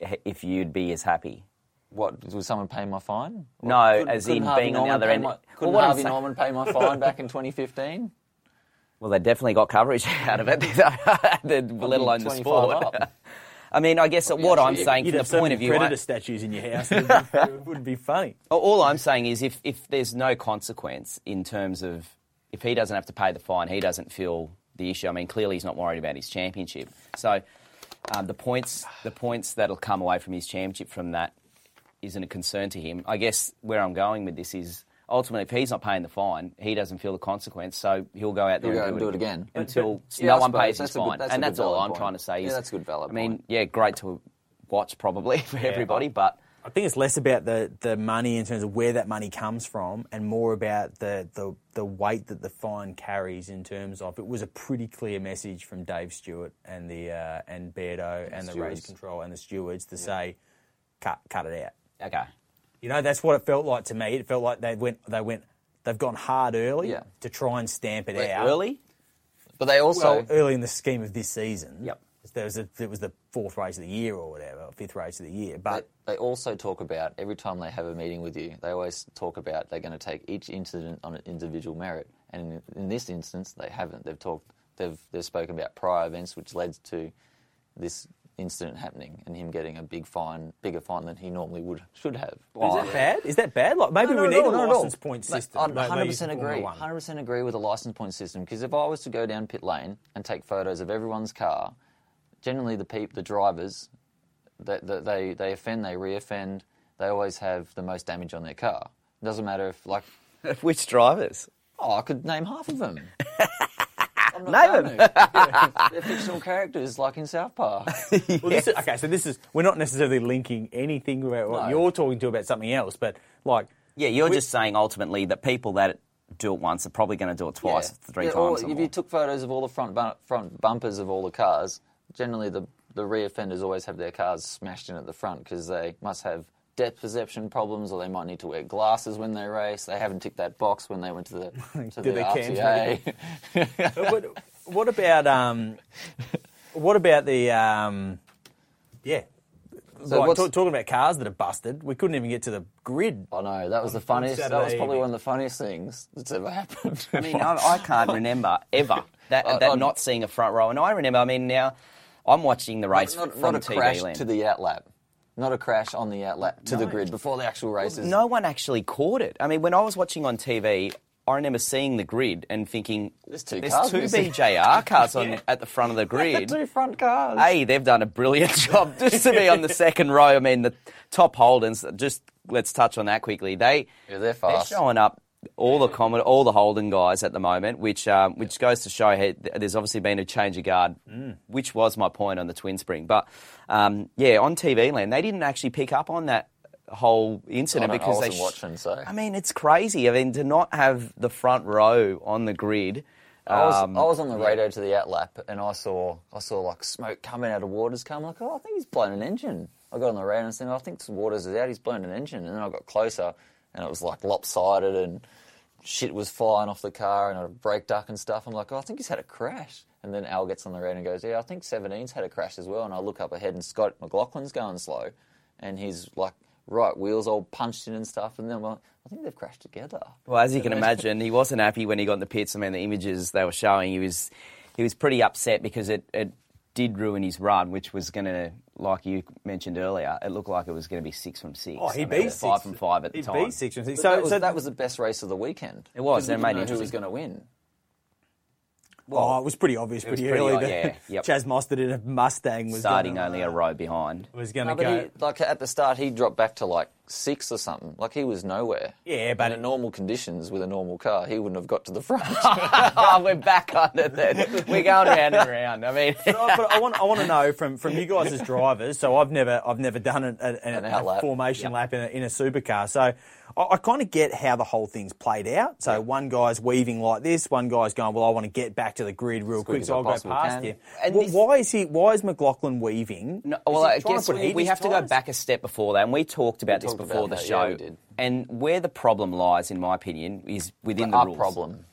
S1: h- if you'd be as happy.
S2: What was someone pay my fine?
S1: no,
S2: Couldn't-
S1: as
S2: couldn't
S1: in
S2: Harvey
S1: being
S2: Norman
S1: on the other
S2: pay
S1: end.
S2: My,
S1: well,
S2: couldn't
S1: what I'm
S2: Harvey
S1: saying-
S2: Norman pay my fine back in 2015?
S1: well, they definitely got coverage out of it, let alone the
S2: 25
S1: sport.
S2: up.
S1: I mean, I guess what I'm
S2: actually-
S1: saying
S3: You'd
S1: from the
S3: have so
S1: point
S3: many
S1: of view,
S3: predator
S1: I-
S3: statues in your house. It would be, it would be funny.
S1: All I'm saying is, if, if there's no consequence in terms of if he doesn't have to pay the fine, he doesn't feel the issue. I mean, clearly he's not worried about his championship. So um, the points the points that'll come away from his championship from that isn't a concern to him. I guess where I'm going with this is ultimately, if he's not paying the fine, he doesn't feel the consequence, so he'll go out there
S2: He'll
S1: and,
S2: go
S1: do,
S2: and
S1: it
S2: do it again.
S1: until
S2: Yeah,
S1: no
S2: I
S1: one
S2: suppose
S1: pays his
S2: that's a good-
S1: fine.
S2: that's a
S1: and
S2: good
S1: that's all
S2: valid
S1: I'm
S2: point.
S1: trying to say.
S2: Yeah,
S1: Is,
S2: that's a good valid
S1: I mean,
S2: point.
S1: yeah, great to watch probably for everybody, but.
S3: I think it's less about the, the money in terms of where that money comes from and more about the, the, the weight that the fine carries in terms of it was a pretty clear message from Dave Stewart and the uh, and Beardo and, the race
S2: stewards.
S3: control and the stewards to say cut cut it out.
S1: Okay.
S3: You know, that's what it felt like to me. It felt like they went they went they've gone hard early
S2: Yeah.
S3: to try and stamp it out.
S1: Early?
S2: But they also
S3: Well, early in the scheme of this season.
S1: Yep.
S3: There was a, it was the fourth race of the year or whatever, or fifth race of the year. But
S2: they, they also talk about every time they have a meeting with you. They always talk about they're going to take each incident on an individual merit, and in, in this instance, they haven't. They've talked. They've they've spoken about prior events which led to this incident happening and him getting a big fine, bigger fine than he normally would should have.
S3: Is that bad? Is that bad? Like maybe
S2: No,
S3: we
S2: no,
S3: need
S2: no,
S3: a
S2: no, no.
S3: license point
S2: Like,
S3: system.
S2: I'd
S3: Like,
S2: 100%
S3: maybe
S2: agree.
S3: Formula One.
S2: 100% agree with a license point system because if I was to go down pit lane and take photos of everyone's car, generally the peep, the drivers, they, they, they, they offend, they re-offend, they always have the most damage on their car. It doesn't matter if, like,
S1: Which drivers?
S2: oh, I could name half of them. I'm
S1: Name
S2: not going to. They're fictional characters, like in South Park.
S3: Well, this is, okay, so this is we're not necessarily linking anything about what
S2: No.
S3: you're talking to about something else, but like
S1: Yeah, you're just saying ultimately that people that do it once are probably going to do it twice,
S2: Yeah.
S1: three
S2: Yeah, or
S1: times. Or
S2: if
S1: more.
S2: you took photos of all the front bum- front bumpers of all the cars, generally the the rear fenders always have their cars smashed in at the front because they must have depth perception problems, or they might need to wear glasses when they race. They haven't ticked that box when they went to the to
S3: Did
S2: the
S3: they cancel
S2: RTA.
S3: what, what about um, what about the um, yeah? Like,
S2: what's-
S3: ta- talking about cars that are busted, we couldn't even get to the grid.
S2: I know that was the funniest. That was
S3: Saturday
S2: probably
S3: evening.
S2: one of the funniest things that's ever happened.
S1: I mean, I, I can't remember ever that,
S2: I-
S1: that
S2: I'm-
S1: not seeing a front row. And I remember, I mean, now I'm watching the race
S2: not,
S1: from
S2: not a
S1: TV
S2: crash
S1: land.
S2: to the outlap, not a crash on the outlap to the grid before the actual races.
S1: no one actually caught it. I mean, when I was watching on TV, I remember seeing the grid and thinking,
S2: There's two cars missing."
S1: BJR cars on, at the front of the grid.
S2: two front cars.
S1: A, they've done a brilliant job just to be on the second row. I mean, the top Holdens, just let's touch on that quickly. They,
S2: Yeah, they're fast.
S1: showing up all the common, all the Holden guys at the moment, which um, which goes to show he, there's obviously been a change of guard,
S2: Mm.
S1: which was my point on the Twin Spring. But um, yeah, on TV land, they didn't actually pick up on that whole incident
S2: I don't know, I
S1: because they.
S2: wasn't watching, so.
S1: I mean, it's crazy. I mean, to not have the front row on the grid.
S2: I was,
S1: um,
S2: I was on the radio to the outlap and I saw I saw like smoke coming out of Waters coming like, oh, I think he's blown an engine. I got on the radio and said, I think Waters is out, he's blown an engine. And then I got closer and it was like lopsided and shit was flying off the car and a brake duck and stuff. I'm like, oh, I think he's had a crash. And then Al gets on the radio and goes, yeah, I think 17's had a crash as well. And I look up ahead and Scott McLaughlin's going slow and he's like right wheels all punched in and stuff. And then I'm like, I think they've crashed together.
S1: Well, as you can imagine, he wasn't happy when he got in the pits. I mean, the images they were showing, he was he was pretty upset because it, it did ruin his run, which was going to, like you mentioned earlier, it looked like it was going to be six from six.
S3: Oh, he
S1: I mean,
S3: beat
S1: it was five
S3: six-
S1: from five at
S3: he
S1: the time.
S3: beat six from six.
S2: But
S3: So
S2: that, was,
S3: so
S2: that was the best race of the weekend.
S1: It was,
S2: Because
S1: and it
S2: we
S1: made
S2: didn't
S1: it
S2: know who was
S1: interesting.
S2: going to win.
S3: oh, it was pretty obvious, pretty,
S1: pretty
S3: early.
S1: o-
S3: that
S1: yeah, yep.
S3: Chaz Mostert in a Mustang was
S1: Starting
S3: gonna,
S1: only a row behind.
S3: was going
S2: No,
S3: to
S2: but
S3: go.
S2: he, like at the start, he dropped back to like sixth or something. Like he was nowhere.
S3: Yeah, but
S2: in normal conditions with a normal car, he wouldn't have got to the front.
S1: oh, we're back on it then. We're going round and round. I mean,
S3: but, I, but I want I want to know from, from you guys as drivers. So I've never I've never done an, an, an
S2: out
S3: a
S2: lap.
S3: formation
S2: Yep.
S3: lap in a, in a supercar. So I, I kind of get how the whole thing's played out. So one guy's weaving like this, one guy's going, well, I want to get back to the grid real quick,
S2: as
S3: so
S2: I
S3: I'll go past
S2: possibly can.
S3: you.
S1: And
S3: Well,
S1: this-
S3: why is he? Why is McLaughlin weaving?
S1: No,
S3: Is
S1: well,
S3: he
S1: I
S3: trying
S1: guess
S3: put heat
S1: we,
S3: in
S1: we
S3: his
S1: have to go
S3: tyres?
S1: back a step before that, and we talked about this
S2: talked
S1: before
S2: about
S1: the
S2: that,
S1: show.
S2: yeah, we did.
S1: And where the problem lies, in my opinion, is within the,
S2: Our
S1: rules.
S2: problem.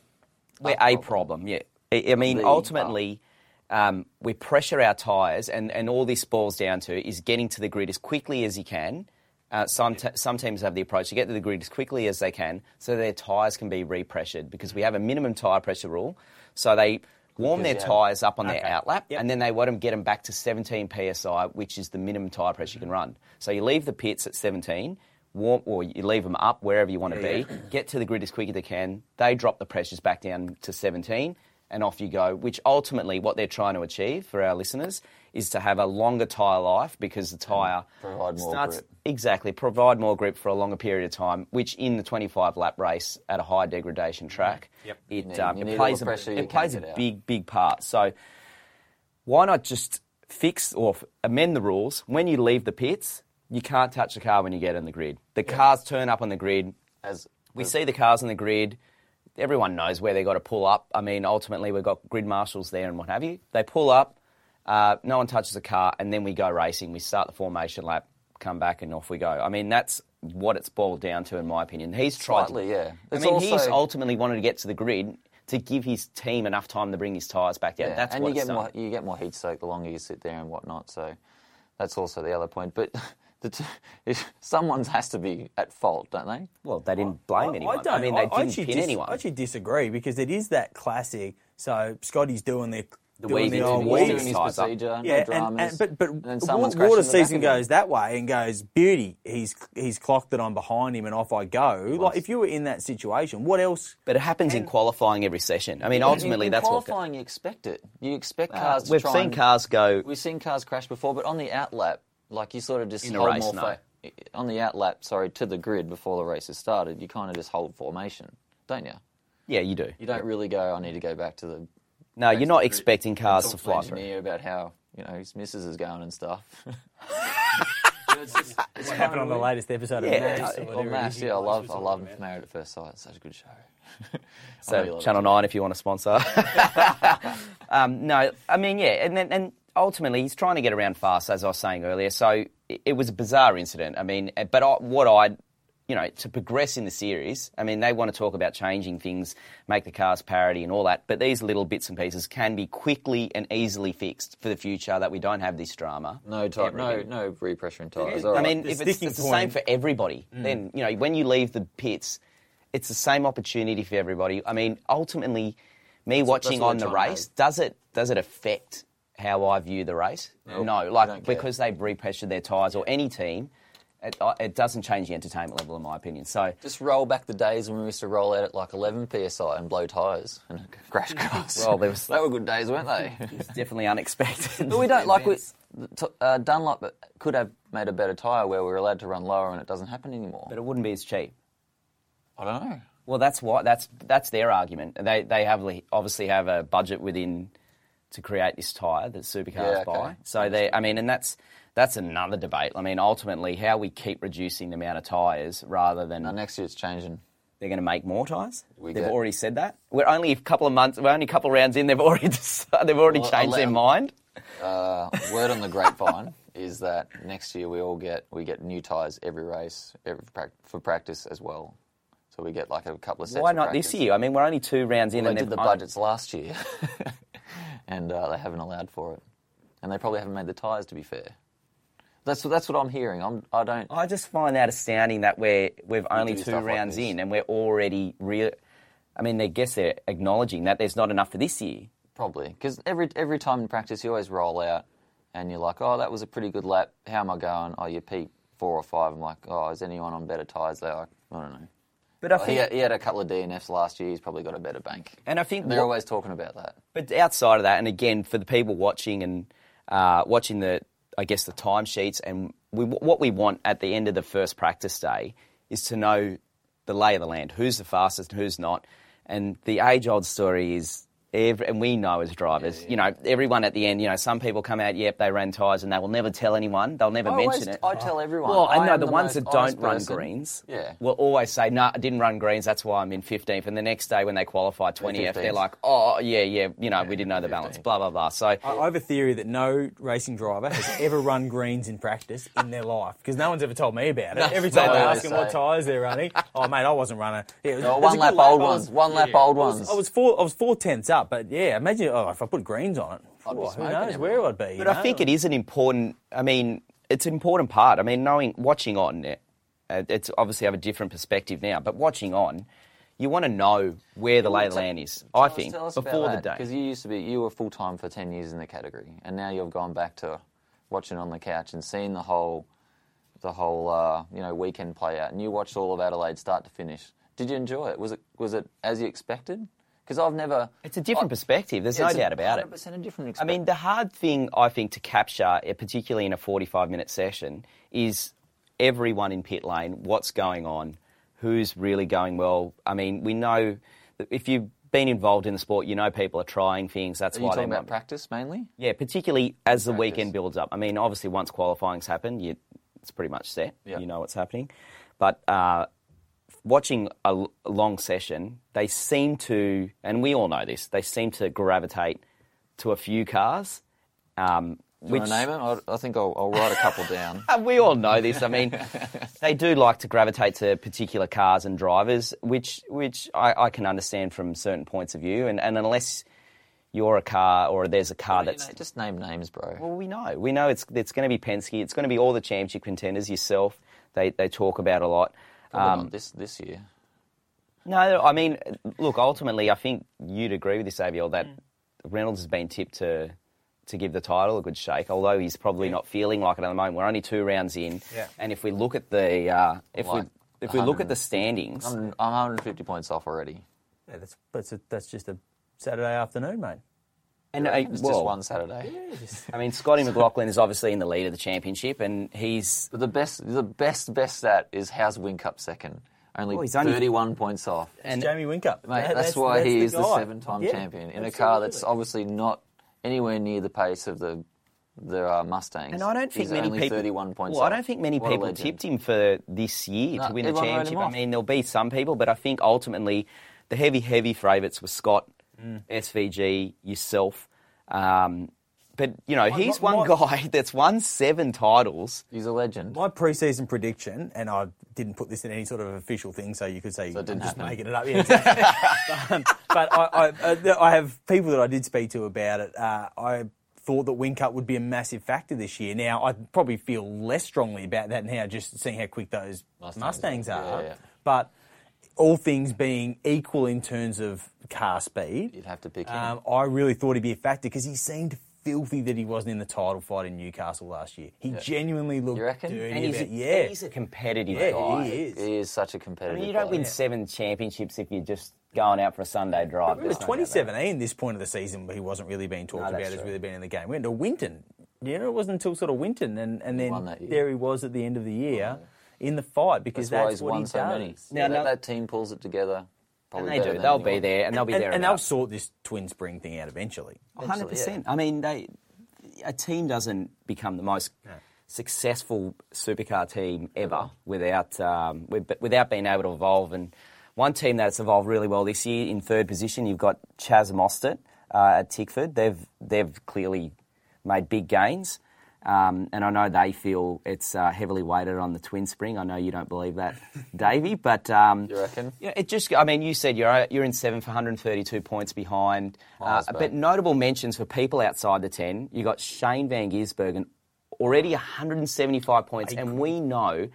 S1: We're a
S2: problem.
S1: problem, yeah. I, I mean,
S2: The-
S1: ultimately, um, we pressure our tyres, and, and all this boils down to is getting to the grid as quickly as you can. Uh, some, t- some teams have the approach to get to the grid as quickly as they can so their tyres can be re-pressured because we have a minimum tyre pressure rule. So they warm
S2: Because
S1: their
S2: you have-
S1: tyres up on their
S3: Okay.
S1: outlap,
S3: Yep.
S1: and then they want to get them back to 17 psi, which is the minimum tyre pressure you can run. So you leave the pits at 17, warm, or you leave them up wherever you want to be, get to the grid as quick as they can. They drop the pressures back down to 17, and off you go. Which ultimately, what they're trying to achieve for our listeners is to have a longer tyre life because the tyre
S2: provide more
S1: starts
S2: grip.
S1: exactly provide more grip for a longer period of time. Which in the 25 lap race at a high degradation track,
S3: Yep.
S1: it
S2: need-
S1: um,
S2: you
S1: it
S2: need all
S1: plays
S2: the
S1: a,
S2: pressure you
S1: it
S2: can
S1: plays a
S2: get out.
S1: big big part. So why not just fix or f- amend the rules when you leave the pits? You can't touch the car when you get on the grid. The cars turn up on the grid.
S2: As
S1: We see the cars on the grid. Everyone knows where they got to pull up. I mean, ultimately, we've got grid marshals there and what have you. They pull up, uh, no one touches the car, and then we go racing. We start the formation lap, come back, and off we go. I mean, that's what it's boiled down to, in my opinion. He's tried.
S2: Slightly,
S1: to,
S2: yeah.
S1: I
S2: It's
S1: mean, he's
S2: also-
S1: ultimately wanted to get to the grid to give his team enough time to bring his tyres back down.
S2: Yeah,
S1: That's
S2: and
S1: what
S2: you
S1: it's
S2: get
S1: done.
S2: more you get more heat soak the longer you sit there and whatnot. So that's also the other point. But the t- if- someone's has to be at fault, don't they?
S1: Well, they didn't blame anyone. I, mean, they didn't
S3: actually
S1: pin
S3: dis-
S1: anyone.
S3: I actually disagree because it is that classic. So Scotty's doing the doing
S1: weaving,
S3: the
S1: Oh,
S3: old
S1: weaving,
S3: weaving.
S2: doing his
S1: ties up.
S2: procedure,
S3: Yeah,
S2: no dramas.
S3: and, and, but but
S2: and
S3: wa-
S2: then someone's crashing
S3: water
S2: the back of
S3: season
S2: him.
S3: goes that way and goes beauty. He's he's clocked that I'm behind him and off I go. Like if you were in that situation, what else?
S1: but it happens in qualifying every session. I mean,
S2: And
S1: ultimately,
S2: in
S1: that's what.
S2: qualifying. You expect it. You expect
S1: Uh,
S2: cars. to
S1: we've
S2: try
S1: seen
S2: and-
S1: cars go.
S2: We've seen cars crash before, but on the outlap, like you sort of just
S1: In a
S2: hold
S1: race,
S2: more.
S1: no.
S2: fa- on the outlap, sorry, to the grid before the race has started, you kind of just hold formation, don't you?
S1: Yeah, you do.
S2: You don't really go. I need to go back to the
S1: No, you're not expecting cars
S2: talk
S1: to
S2: to the
S1: fly through.
S2: engineer about how you know his missus is going and stuff. You know, it's just- it's kinda
S3: Happened on the
S2: weird.
S3: latest episode of
S1: Yeah,
S3: Mass.
S1: uh,
S2: Well, Mass, yeah, I love, I love Married at First Sight. It's such a good show. I know you
S1: So
S2: love
S1: Channel
S2: it.
S1: Nine, if you want to sponsor. um, no, I mean, yeah, and then and ultimately he's trying to get around fast, as I was saying earlier. So it, it was a bizarre incident. I mean, uh, but I, what I, you know, to progress in the series, I mean, they want to talk about changing things, make the cars parody and all that. But these little bits and pieces can be quickly and easily fixed for the future that we don't have this drama.
S2: No, type, no, no repressure in tires.
S1: I
S2: alright.
S1: mean,
S3: The
S1: if it's,
S3: sticking
S1: it's the same
S3: point-
S1: for everybody,
S2: Mm.
S1: then you know when you leave the pits, it's the same opportunity for everybody. I mean, ultimately, me watching
S2: that's what
S1: on the
S2: we're trying to
S1: race does it does it affect how I view the race? no, like
S2: don't care.
S1: because they've repressured their tyres or any team, it, I- it doesn't change the entertainment level in my opinion. So
S2: just roll back the days when we used to roll out at like 11 psi and blow tires and crash cars.
S1: Well, there was-
S2: they were good days, weren't they?
S1: it's definitely unexpected.
S2: But we don't like we, t- uh, Dunlop could have made a better tire where we were allowed to run lower, and it doesn't happen anymore.
S1: but it wouldn't be as cheap.
S2: I don't know.
S1: Well, that's why that's that's their argument. They they have li- obviously have a budget within to create this tyre that supercars
S2: Yeah, okay.
S1: buy. So they, I mean, and that's that's another debate. I mean, ultimately, how we keep reducing the amount of tyres rather than
S2: Now, Uh, next year it's changing.
S1: they're going to make more tyres.
S2: Mm. We
S1: They've
S2: get-
S1: already said that. We're only a couple of months. We're only a couple of rounds in. They've already decided, they've already
S2: Well,
S1: changed
S2: I'll
S1: their
S2: let-
S1: mind.
S2: Uh, word on the grapevine is that next year we all get we get new tires every race every prac- for practice as well. So we get like a couple of sets.
S1: Why
S2: for
S1: not this
S2: practice.
S1: year? I mean, we're only two rounds in,
S2: They
S1: and
S2: did
S1: they've
S2: the
S1: on-
S2: budgets last year, and uh, they haven't allowed for it, and they probably haven't made the tires. To be fair, that's that's what I'm hearing. I'm I don't.
S1: I just find that astounding that we're we've only
S2: do
S1: two
S2: stuff like
S1: rounds
S2: this.
S1: in and we're already real. I mean, they guess they're acknowledging that there's not enough for this year.
S2: Probably because every every time in practice you always roll out, and you're like, oh, that was a pretty good lap. How am I going? Oh, you peak four or five. I'm like, oh, is anyone on better tires? They're like, I don't know.
S1: But I
S2: Well,
S1: think,
S2: he, had, he had a couple of DNFs last year. He's probably got a better bank.
S1: and I think
S2: They're
S1: what-
S2: always talking about that.
S1: But outside of that, and again, for the people watching and uh, watching the I guess, the timesheets and we, what we want at the end of the first practice day is to know the lay of the land, who's the fastest and who's not. And the age-old story is, every, and we know as drivers, you know, everyone at the end, you know, some people come out, yep, they ran tyres, and they will never tell anyone. They'll never
S2: I always-
S1: mention it.
S2: I tell everyone.
S1: Well, I
S2: I
S1: know
S2: am
S1: the,
S2: the
S1: ones
S2: most
S1: that don't
S2: honest
S1: run
S2: person.
S1: greens
S2: Yeah.
S1: will always say, no, I didn't run greens, that's why I'm in 15th. And the next day when they qualify 20th, they're
S2: 15th.
S1: like, oh, yeah, yeah, you know, we didn't know the balance,
S2: 15th.
S1: blah, blah, blah. So
S3: I I have a theory that no racing driver has ever run greens in practice in their life because no one's ever told me about it. Every time
S2: no,
S3: I
S2: they
S3: ask them what
S2: say.
S3: tyres they're running, oh mate, I wasn't running. Yeah, it was-
S2: No,
S3: it was
S2: one
S3: a
S2: lap
S3: good
S2: old
S3: I
S2: ones.
S3: was-
S2: One lap old
S3: I was,
S2: ones.
S3: I was four. I was four tenths up, but yeah, imagine oh, if I put greens on it.
S2: be
S3: who
S2: smoking
S3: knows
S2: everyone.
S3: where I'd be? you
S1: But I
S3: know?
S1: think it is an important. I mean, it's an important part. I mean, knowing, watching on it, uh, it's obviously have a different perspective now. But watching on, you want to know where the lay of the land is. I think before the
S2: Because
S1: day.
S2: you used to be, you were full time for 10 years in the category, and now you've gone back to watching on the couch and seeing the whole, the whole, uh, you know, weekend play out. And you watched all of Adelaide start to finish. Did you enjoy it? Was it was it as you expected? Because I've never.
S1: It's a different perspective. There's no
S2: It's a
S1: doubt about it.
S2: 100% a different
S1: I mean,
S2: experience.
S1: the hard thing I think to capture, eh, particularly in a 45 minute session, is everyone in pit lane, what's going on, who's really going well. I mean, we know that if you've been involved in the sport, you know people are trying things. That's
S2: Are
S1: why
S2: you
S1: they
S2: talking
S1: might
S2: about practice mainly?
S1: Yeah, particularly as the
S2: Practice.
S1: weekend builds up. I mean, obviously, once qualifying's happened, you, it's pretty much set.
S2: Yeah.
S1: You know what's happening. But uh, watching a, l- a long session, they seem to, and we all know this, they seem to gravitate to a few cars. Um,
S2: Do you want to name 'em? I, I think I'll, I'll write a couple down.
S1: and we all know this. I mean, they do like to gravitate to particular cars and drivers, which which I, I can understand from certain points of view. And, and unless you're a car or there's a car
S2: You
S1: that's
S2: know, just name names, bro.
S1: well, we know. We know it's it's going to be Penske. It's going to be all the championship contenders. Yourself, they they talk about a lot. Um,
S2: Probably not this this year.
S1: No, I mean, look. Ultimately, I think you'd agree with this, Aviel, that Reynolds has been tipped to to give the title a good shake. Although he's probably not feeling like it at the moment. We're only two rounds in,
S3: Yeah.
S1: and if we look at the uh, if
S2: Like
S1: we if we look at
S2: 100.
S1: the standings,
S2: I'm, I'm 150 points off already.
S3: Yeah, that's that's, a, that's just a Saturday afternoon, mate.
S1: and uh,
S2: It's
S1: well,
S2: just one Saturday.
S1: I mean, Scotty McLaughlin is obviously in the lead of the championship, and he's
S2: But the best, the best, best stat is how's Winkup second? Only
S1: Oh, he's only-
S2: 31 points off.
S1: and
S3: Jamie Winkup.
S2: Mate,
S3: That-
S2: that's, why he
S3: the
S2: is the
S3: guy.
S2: seven-time
S3: Yeah,
S2: champion in a car that's
S3: absolutely.
S2: obviously not anywhere near the pace of the the uh, Mustangs.
S1: And I don't think
S2: He's
S1: many
S2: only
S1: people.
S2: 31 points
S1: well, I
S2: off.
S1: don't think many
S2: What a
S1: people
S2: legend.
S1: tipped him for this year to
S2: No,
S1: win the
S2: everyone wrote him
S1: championship. I
S2: off.
S1: mean, there'll be some people, but I think ultimately the heavy, heavy favourites were Scott, SVG, yourself. Um, but you know, he's
S3: my-
S1: one
S3: my-
S1: guy that's won seven titles.
S2: He's a legend.
S3: My preseason prediction, and I didn't put this in any sort of official thing, so you could say
S2: it didn't
S3: I'm just
S2: happen.
S3: making it up. Yeah, exactly. um, but I, I, uh, th- I have people that I did speak to about it. Uh, I thought that Wincup would be a massive factor this year. Now, I probably feel less strongly about that now, just seeing how quick those Mustangs,
S2: Mustangs are.
S3: are.
S2: Yeah, yeah.
S3: But all things being equal in terms of car speed,
S2: You'd have to pick him.
S3: um, I really thought he'd be a factor because he seemed filthy that he wasn't in the title fight in Newcastle last year. He genuinely looked
S2: You reckon?
S3: dirty.
S2: And
S1: he's a,
S3: about- yeah,
S1: he's a competitive
S3: Yeah,
S1: guy.
S3: he is.
S2: he is such a
S1: I
S2: competitive.
S1: mean, you don't
S2: guy.
S1: win seven championships if you're just going out for a Sunday drive.
S3: It was
S1: There's no doubt about it.
S3: 2017, this point of the season, but he wasn't really being talked
S1: No,
S3: about
S1: that's
S3: as
S1: true.
S3: really being in the game. We went to Winton. You know, it wasn't until sort of Winton, and,
S2: won
S3: and then
S2: that year.
S3: there he was at the end of the year in the fight
S2: That's
S3: because that's,
S2: why he's
S3: what
S2: won
S3: he
S2: so
S3: does.
S2: many.
S1: Now,
S2: Yeah,
S1: now-
S2: that, that team pulls it together.
S1: And
S2: Probably
S1: they
S2: better
S1: do.
S2: than
S1: They'll be
S2: anyone.
S1: there, and they'll be
S3: And,
S1: there.
S3: and
S1: about.
S3: they'll sort this twin spring thing out eventually.
S1: hundred
S2: Absolutely,
S1: percent. I mean, they a team doesn't become the most successful supercar team ever without um, with- but without being able to evolve. And one team that's evolved really well this year in third position, you've got Chaz Mostert uh, at Tickford. They've they've clearly made big gains. Um, and I know they feel it's uh, heavily weighted on the twin spring. I know you don't believe that, Davey, but um,
S2: You reckon?
S1: Yeah, it just—I mean, you said you're you're in seven for 132 points behind, uh,
S2: Miles
S1: but
S2: back.
S1: notable mentions for people outside the 10. You got Shane Van Gisbergen, already 175 points, and we know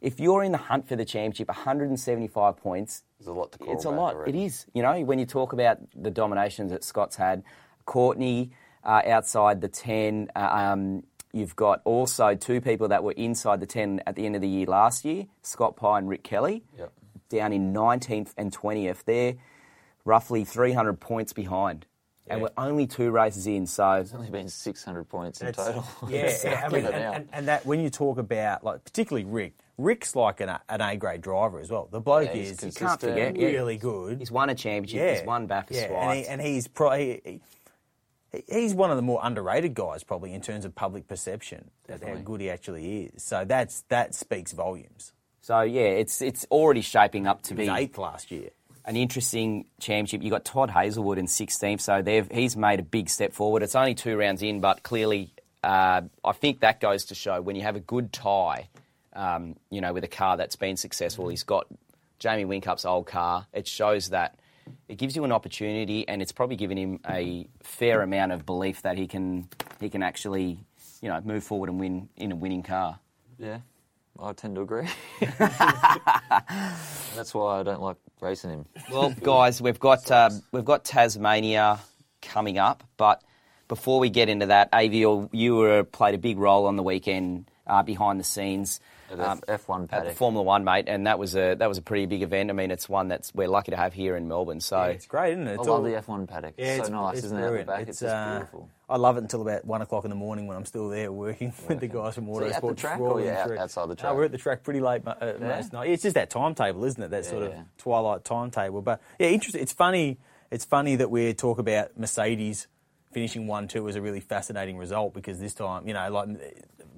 S1: if you're in the hunt for the championship, 175 points.
S2: There's a lot to call
S1: It's a
S2: back,
S1: lot.
S2: I
S1: It
S2: reckon.
S1: is. You know, when you talk about the dominations that Scott's had, Courtney uh, outside the 10. uh, Um, you've got also two people that were inside the 10 at the end of the year last year Scott Pye and Rick Kelly,
S2: Yep.
S1: down in 19th and 20th. They're roughly 300 points behind. and we're only two races in, so
S2: It's only been 600 points in
S3: It's-
S2: total.
S3: Yeah,
S2: It's
S3: yeah, I mean,
S2: given
S3: and,
S2: out.
S3: and, and that when you talk about like particularly Rick, Rick's like an, A- an A grade driver as well. The bloke
S2: Yeah, he's
S3: is
S2: consistent.
S1: can't forget. yeah.
S3: really good.
S1: He's won a championship. He's won back a
S3: yeah,
S1: swipe.
S3: And, he, and he's pro- he, he- he's one of the more underrated guys probably in terms of public perception of how good he actually is. So that's that speaks volumes.
S1: so yeah, it's it's already shaping up to
S3: He
S1: be
S3: was eighth last year.
S1: an interesting championship. You got Todd Hazelwood in 16th, so they've, he's made a big step forward. It's only two rounds in, but clearly, uh, I think that goes to show when you have a good tie, um, you know, with a car that's been successful. He's got Jamie Winkup's old car. It shows that it gives you an opportunity, and it's probably given him a fair amount of belief that he can he can actually, you know, move forward and win in a winning car.
S2: Yeah, I tend to agree. That's why I don't like racing him.
S1: Well, guys, we've got um, we've got Tasmania coming up, but before we get into that, Aviel, you were, played a big role on the weekend uh, behind the scenes um,
S2: At
S3: Um,
S2: F- F1
S1: at the
S2: paddock.
S1: Formula One, mate, and that was a that was a pretty big event. I mean, it's one that's we're lucky to have here in Melbourne. So
S3: It's great, isn't it?
S2: I
S3: It's all-
S2: love the F1 paddock.
S3: Yeah,
S2: it's, so nice, isn't it? At the
S3: brilliant.
S2: back, it's, just
S3: uh,
S2: beautiful.
S3: I love it until about one o'clock in the morning when I'm still there working with the guys from
S2: So you're
S3: Autosport.
S2: at the track
S3: Royal
S2: or you're out-
S3: Insurrect.
S2: outside the
S3: No,
S2: track?
S3: we're at the track pretty late mo- uh, most night. It's just that timetable, isn't it? That sort of
S2: Yeah.
S3: twilight timetable. But yeah, interesting. It's funny. It's funny that we talk about Mercedes finishing one two as a really fascinating result because this time, you know, like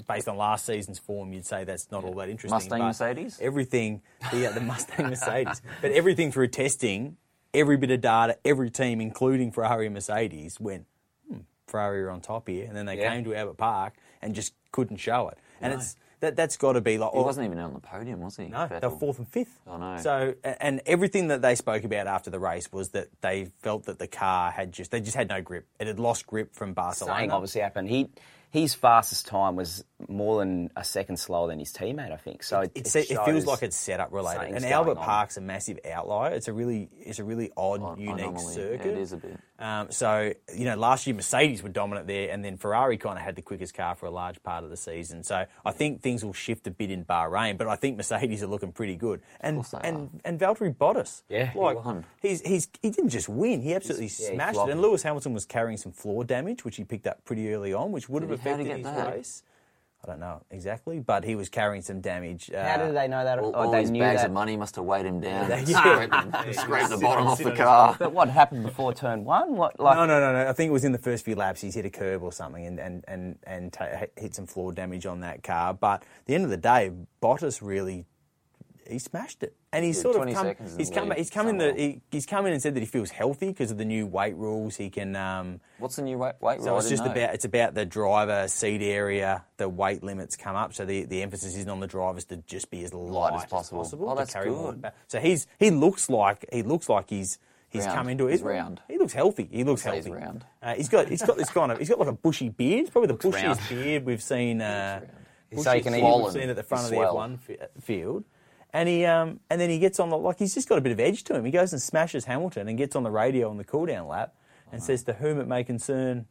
S3: based on last season's form, you'd say that's not all that interesting.
S2: Mustang
S3: but
S2: Mercedes?
S3: everything. Yeah, the Mustang Mercedes. But everything through testing, every bit of data, every team, including Ferrari and Mercedes, went, hmm, Ferrari are on top here. And then they
S1: Yeah.
S3: came to Albert Park and just couldn't show it. And it's that, that's got to be like,
S2: He
S3: oh,
S2: wasn't even on the podium, was he?
S3: no, they were
S2: Vettel?
S3: fourth and fifth.
S2: I know.
S3: So, a- and everything that they spoke about after the race was that they felt that the car had just, they just had no grip. It had lost grip from Barcelona.
S1: something obviously happened. He his fastest time was more than a second slower than his teammate, I think. So it,
S3: It's,
S1: it
S3: it, feels
S1: shows-
S3: like it's setup related,
S1: something's
S3: and
S1: going
S3: Albert
S1: on.
S3: Park's a massive outlier. It's a really, it's a really odd,
S2: An
S3: unique
S2: anomaly. Yeah,
S3: circuit.
S2: it is a bit.
S3: Um, so you know, last year Mercedes were dominant there, and then Ferrari kind of had the quickest car for a large part of the season. So I think things will shift a bit in Bahrain, but I think Mercedes are looking pretty good. And
S2: course they
S3: and and Valtteri Bottas,
S1: Yeah, he
S3: like
S2: won.
S3: he's he's he didn't just win; he absolutely
S1: yeah, he
S3: smashed it.
S1: flopped.
S3: And Lewis Hamilton was carrying some floor damage, which he picked up pretty early on, which would have
S2: Did he? How'd he
S3: affected his
S2: get that?
S3: race. I don't know exactly, but he was carrying some damage. Uh,
S1: How did they know that?
S2: All,
S1: Oh,
S2: all
S1: they
S2: his
S1: knew
S2: bags
S1: that.
S2: of money must have weighed him down.
S3: Yeah.
S2: Scraped the, scraped the bottom off the car.
S1: But what happened before turn one? What like
S3: No, no, no, no. I think it was in the first few laps. He's hit a curb or something and and and and ta hit some floor damage on that car. But at the end of the day, Bottas really he smashed it, and he's
S2: Yeah,
S3: sort of
S2: 20
S3: come.
S2: seconds in
S3: He's
S2: the
S3: come.
S2: lead
S3: He's come in the.
S2: somewhere.
S3: He, he's come in and said that he feels healthy because of the new weight rules. He can. Um,
S2: What's the new weight, weight
S3: so
S2: rule? Oh, I
S3: it's
S2: didn't
S3: just
S2: know.
S3: about it's about the driver seat area. The weight limits come up, so the, the emphasis isn't on the drivers to just be as light,
S2: as possible. Oh,
S3: to
S2: that's
S3: carry more
S2: good.
S3: ba- So he's he looks like he looks like he's he's
S2: Round.
S3: come into it.
S2: He's round.
S3: He looks healthy. He looks
S2: Say he's
S3: healthy.
S2: round.
S3: Uh, he's got he's got this kind of he's got like a bushy beard. It's probably the bushiest
S1: round.
S3: beard we've seen. Uh,
S1: He's
S3: bushiest
S1: taken it.
S3: beard
S2: Swollen.
S3: we've seen at the front
S2: He's
S3: of the F
S2: swelled.
S3: one uh, field. And he um, and then he gets on the like he's just got a bit of edge to him. He goes and smashes Hamilton and gets on the radio on the cool down lap
S2: Uh-huh.
S3: and says to whom it may concern,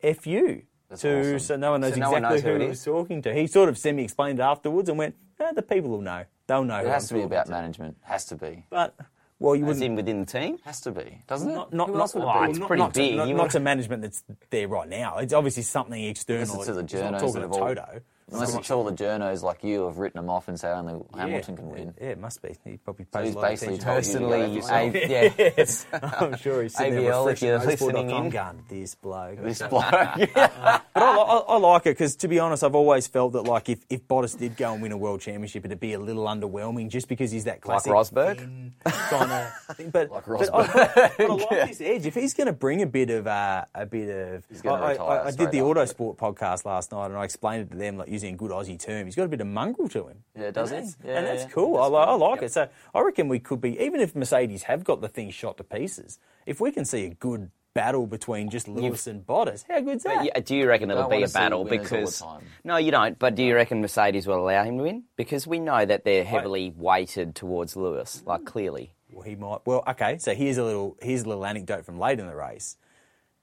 S3: "F you."
S2: That's
S3: to
S2: awesome.
S3: so no one knows
S1: So no one
S3: exactly
S1: knows
S3: who,
S1: who it
S3: he
S1: is.
S3: was talking to. He sort of semi-explained it afterwards and went, no, "The people will know. They'll know."
S2: It has to be about
S3: that.
S2: management. Has to be.
S3: But well, you
S1: was
S3: wouldn't.
S1: in within the team?
S2: Has to be. Doesn't it?
S3: Not, not,
S2: Who
S3: not,
S2: else would it
S1: well,
S2: be?
S1: it's
S3: not-
S1: pretty
S3: not to-
S1: big.
S3: Not,
S1: You
S3: not
S1: would-
S3: to management that's there right now. It's obviously something external.
S2: Unless it's to the
S3: It's not
S2: journos
S3: talking
S2: that have
S3: to
S2: all,
S3: Toto.
S2: unless it's all the journos like you have written them off and say only Hamilton can win.
S3: Yeah, it must be. He probably pays
S2: he's
S3: a lot of
S2: basically
S3: attention.
S2: told you to go
S1: Personally,
S2: Yourself.
S1: I- yeah.
S3: I'm sure he's sitting there
S1: AVL, if
S3: refreshing
S1: you're
S3: those
S1: listening
S3: four.com
S1: in.
S3: going, this bloke.
S2: This bloke.
S3: But I, li- I, I like it because, to be honest, I've always felt that like if, if Bottas did go and win a world championship, it'd be a little underwhelming just because he's that classic
S1: Rosberg?
S3: kind of. But,
S2: Like
S3: but I, but I like his edge. If he's going to bring a bit of uh, a bit of, I,
S2: gonna
S3: I-
S2: retire
S3: I- I did
S2: straight
S3: the
S2: after it.
S3: Autosport podcast last night, and I explained it to them like using a good Aussie term. He's got a bit of mongrel to him.
S2: Yeah, does
S3: and
S2: it?
S3: that's-
S2: Yeah,
S3: and
S2: yeah,
S3: that's
S2: yeah.
S3: cool. I,
S2: That's
S3: li- I
S2: cool.
S3: like it. So I reckon we could be even if Mercedes have got the thing shot to pieces. If we can see a good battle between just Lewis and Bottas, how good's that?
S1: But you- do you reckon it'll
S2: don't
S1: be
S2: wanna
S1: a
S2: see
S1: battle?
S2: winners all the
S1: Because
S2: time.
S1: no, you don't. But do you reckon Mercedes will allow him to win? Because we know that they're heavily weighted towards Lewis, like clearly.
S3: Well, he might. Well, okay. So here's a little here's a little anecdote from late in the race.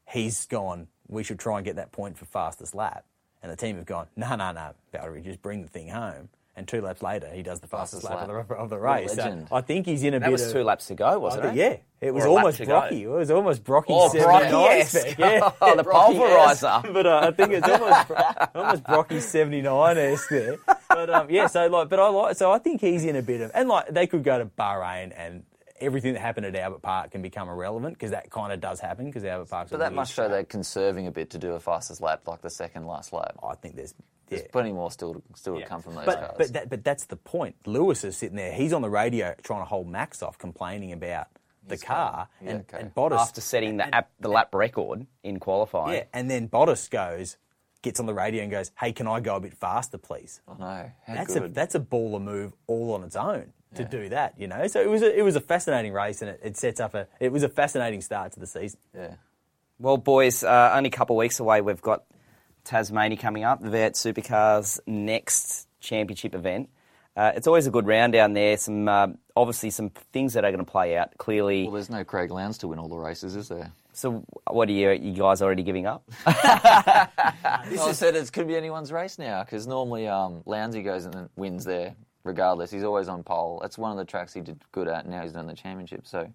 S3: He's gone. We should try and get that point for fastest lap, and the team have gone. No, no, no, Valerie, just bring the thing home. and two laps later he does the fastest,
S2: Fastest
S3: lap,
S2: lap.
S3: Of, the, of the
S2: What a
S3: race. So
S2: legend.
S3: I think he's in a
S1: That
S3: bit
S1: was
S3: of
S1: two laps to go,
S3: I
S1: wasn't
S3: think-
S1: it?
S3: Yeah, it was
S1: Or a lap
S3: almost
S1: to go.
S3: Brocky. It was almost Brocky.
S1: Oh,
S3: 79
S1: Brocky-esque.
S3: Yeah.
S1: Oh, the
S2: Brocky-esque.
S1: pulverizer.
S3: but uh, I think it's almost almost Brocky seventy nine esque there. But um, yeah, so like, but I like, so I think he's in a bit of, and like they could go to Bahrain and everything that happened at Albert Park can become irrelevant because that kind of does happen because Albert Park's.
S2: But that must show they're conserving a bit to do a fastest lap, like the second last lap.
S3: I think there's yeah.
S2: Plenty more still to, still
S3: Yeah.
S2: to come from those
S3: but,
S2: cars.
S3: But, that, but that's the point. Lewis is sitting there. He's on the radio trying to hold Max off, complaining about the car,
S2: Yeah,
S3: and,
S2: okay.
S3: and Bottas.
S1: After setting the, ap- the lap record in qualifying.
S3: yeah, and then Bottas goes, gets on the radio and goes, "Hey, can I go a bit faster, please?"
S2: I know. How
S3: That's
S2: good.
S3: a that's a baller move all on its own to do that, you know. So it was a, it was a fascinating race, and it, it sets up a it was a fascinating start to the season.
S2: yeah.
S1: Well, boys, uh, only a couple of weeks away, we've got Tasmania coming up, the Vert Supercars' next championship event. Uh, it's always a good round down there. Some uh, obviously some things that are going to play out clearly.
S2: Well, there's no Craig Lowndes to win all the races, is there?
S1: so, what are you, you guys already giving up?
S2: I said it could be anyone's race now because normally um, Lounsey goes and then wins there regardless. He's always on pole. That's one of the tracks he did good at. Now he's done the championship, so it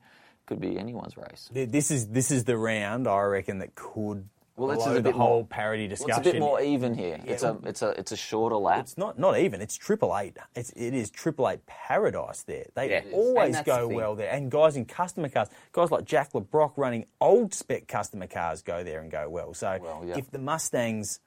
S2: could be anyone's race.
S3: Th- This is this is the round I reckon that could
S2: Well, this is
S3: blow
S2: a
S3: the
S2: bit more-
S3: whole parody
S2: Well,
S3: discussion.
S2: it's a bit more even here. It's a it's a it's a shorter lap.
S3: It's not not even. It's triple eight. It's it is triple eight paradise there. They
S1: Yeah, it is.
S3: always
S1: And that's
S3: go
S1: the thing.
S3: well there. And guys in customer cars, guys like Jack LeBrock running old spec customer cars go there and go well. So
S2: Well, yeah.
S3: if the Mustangs,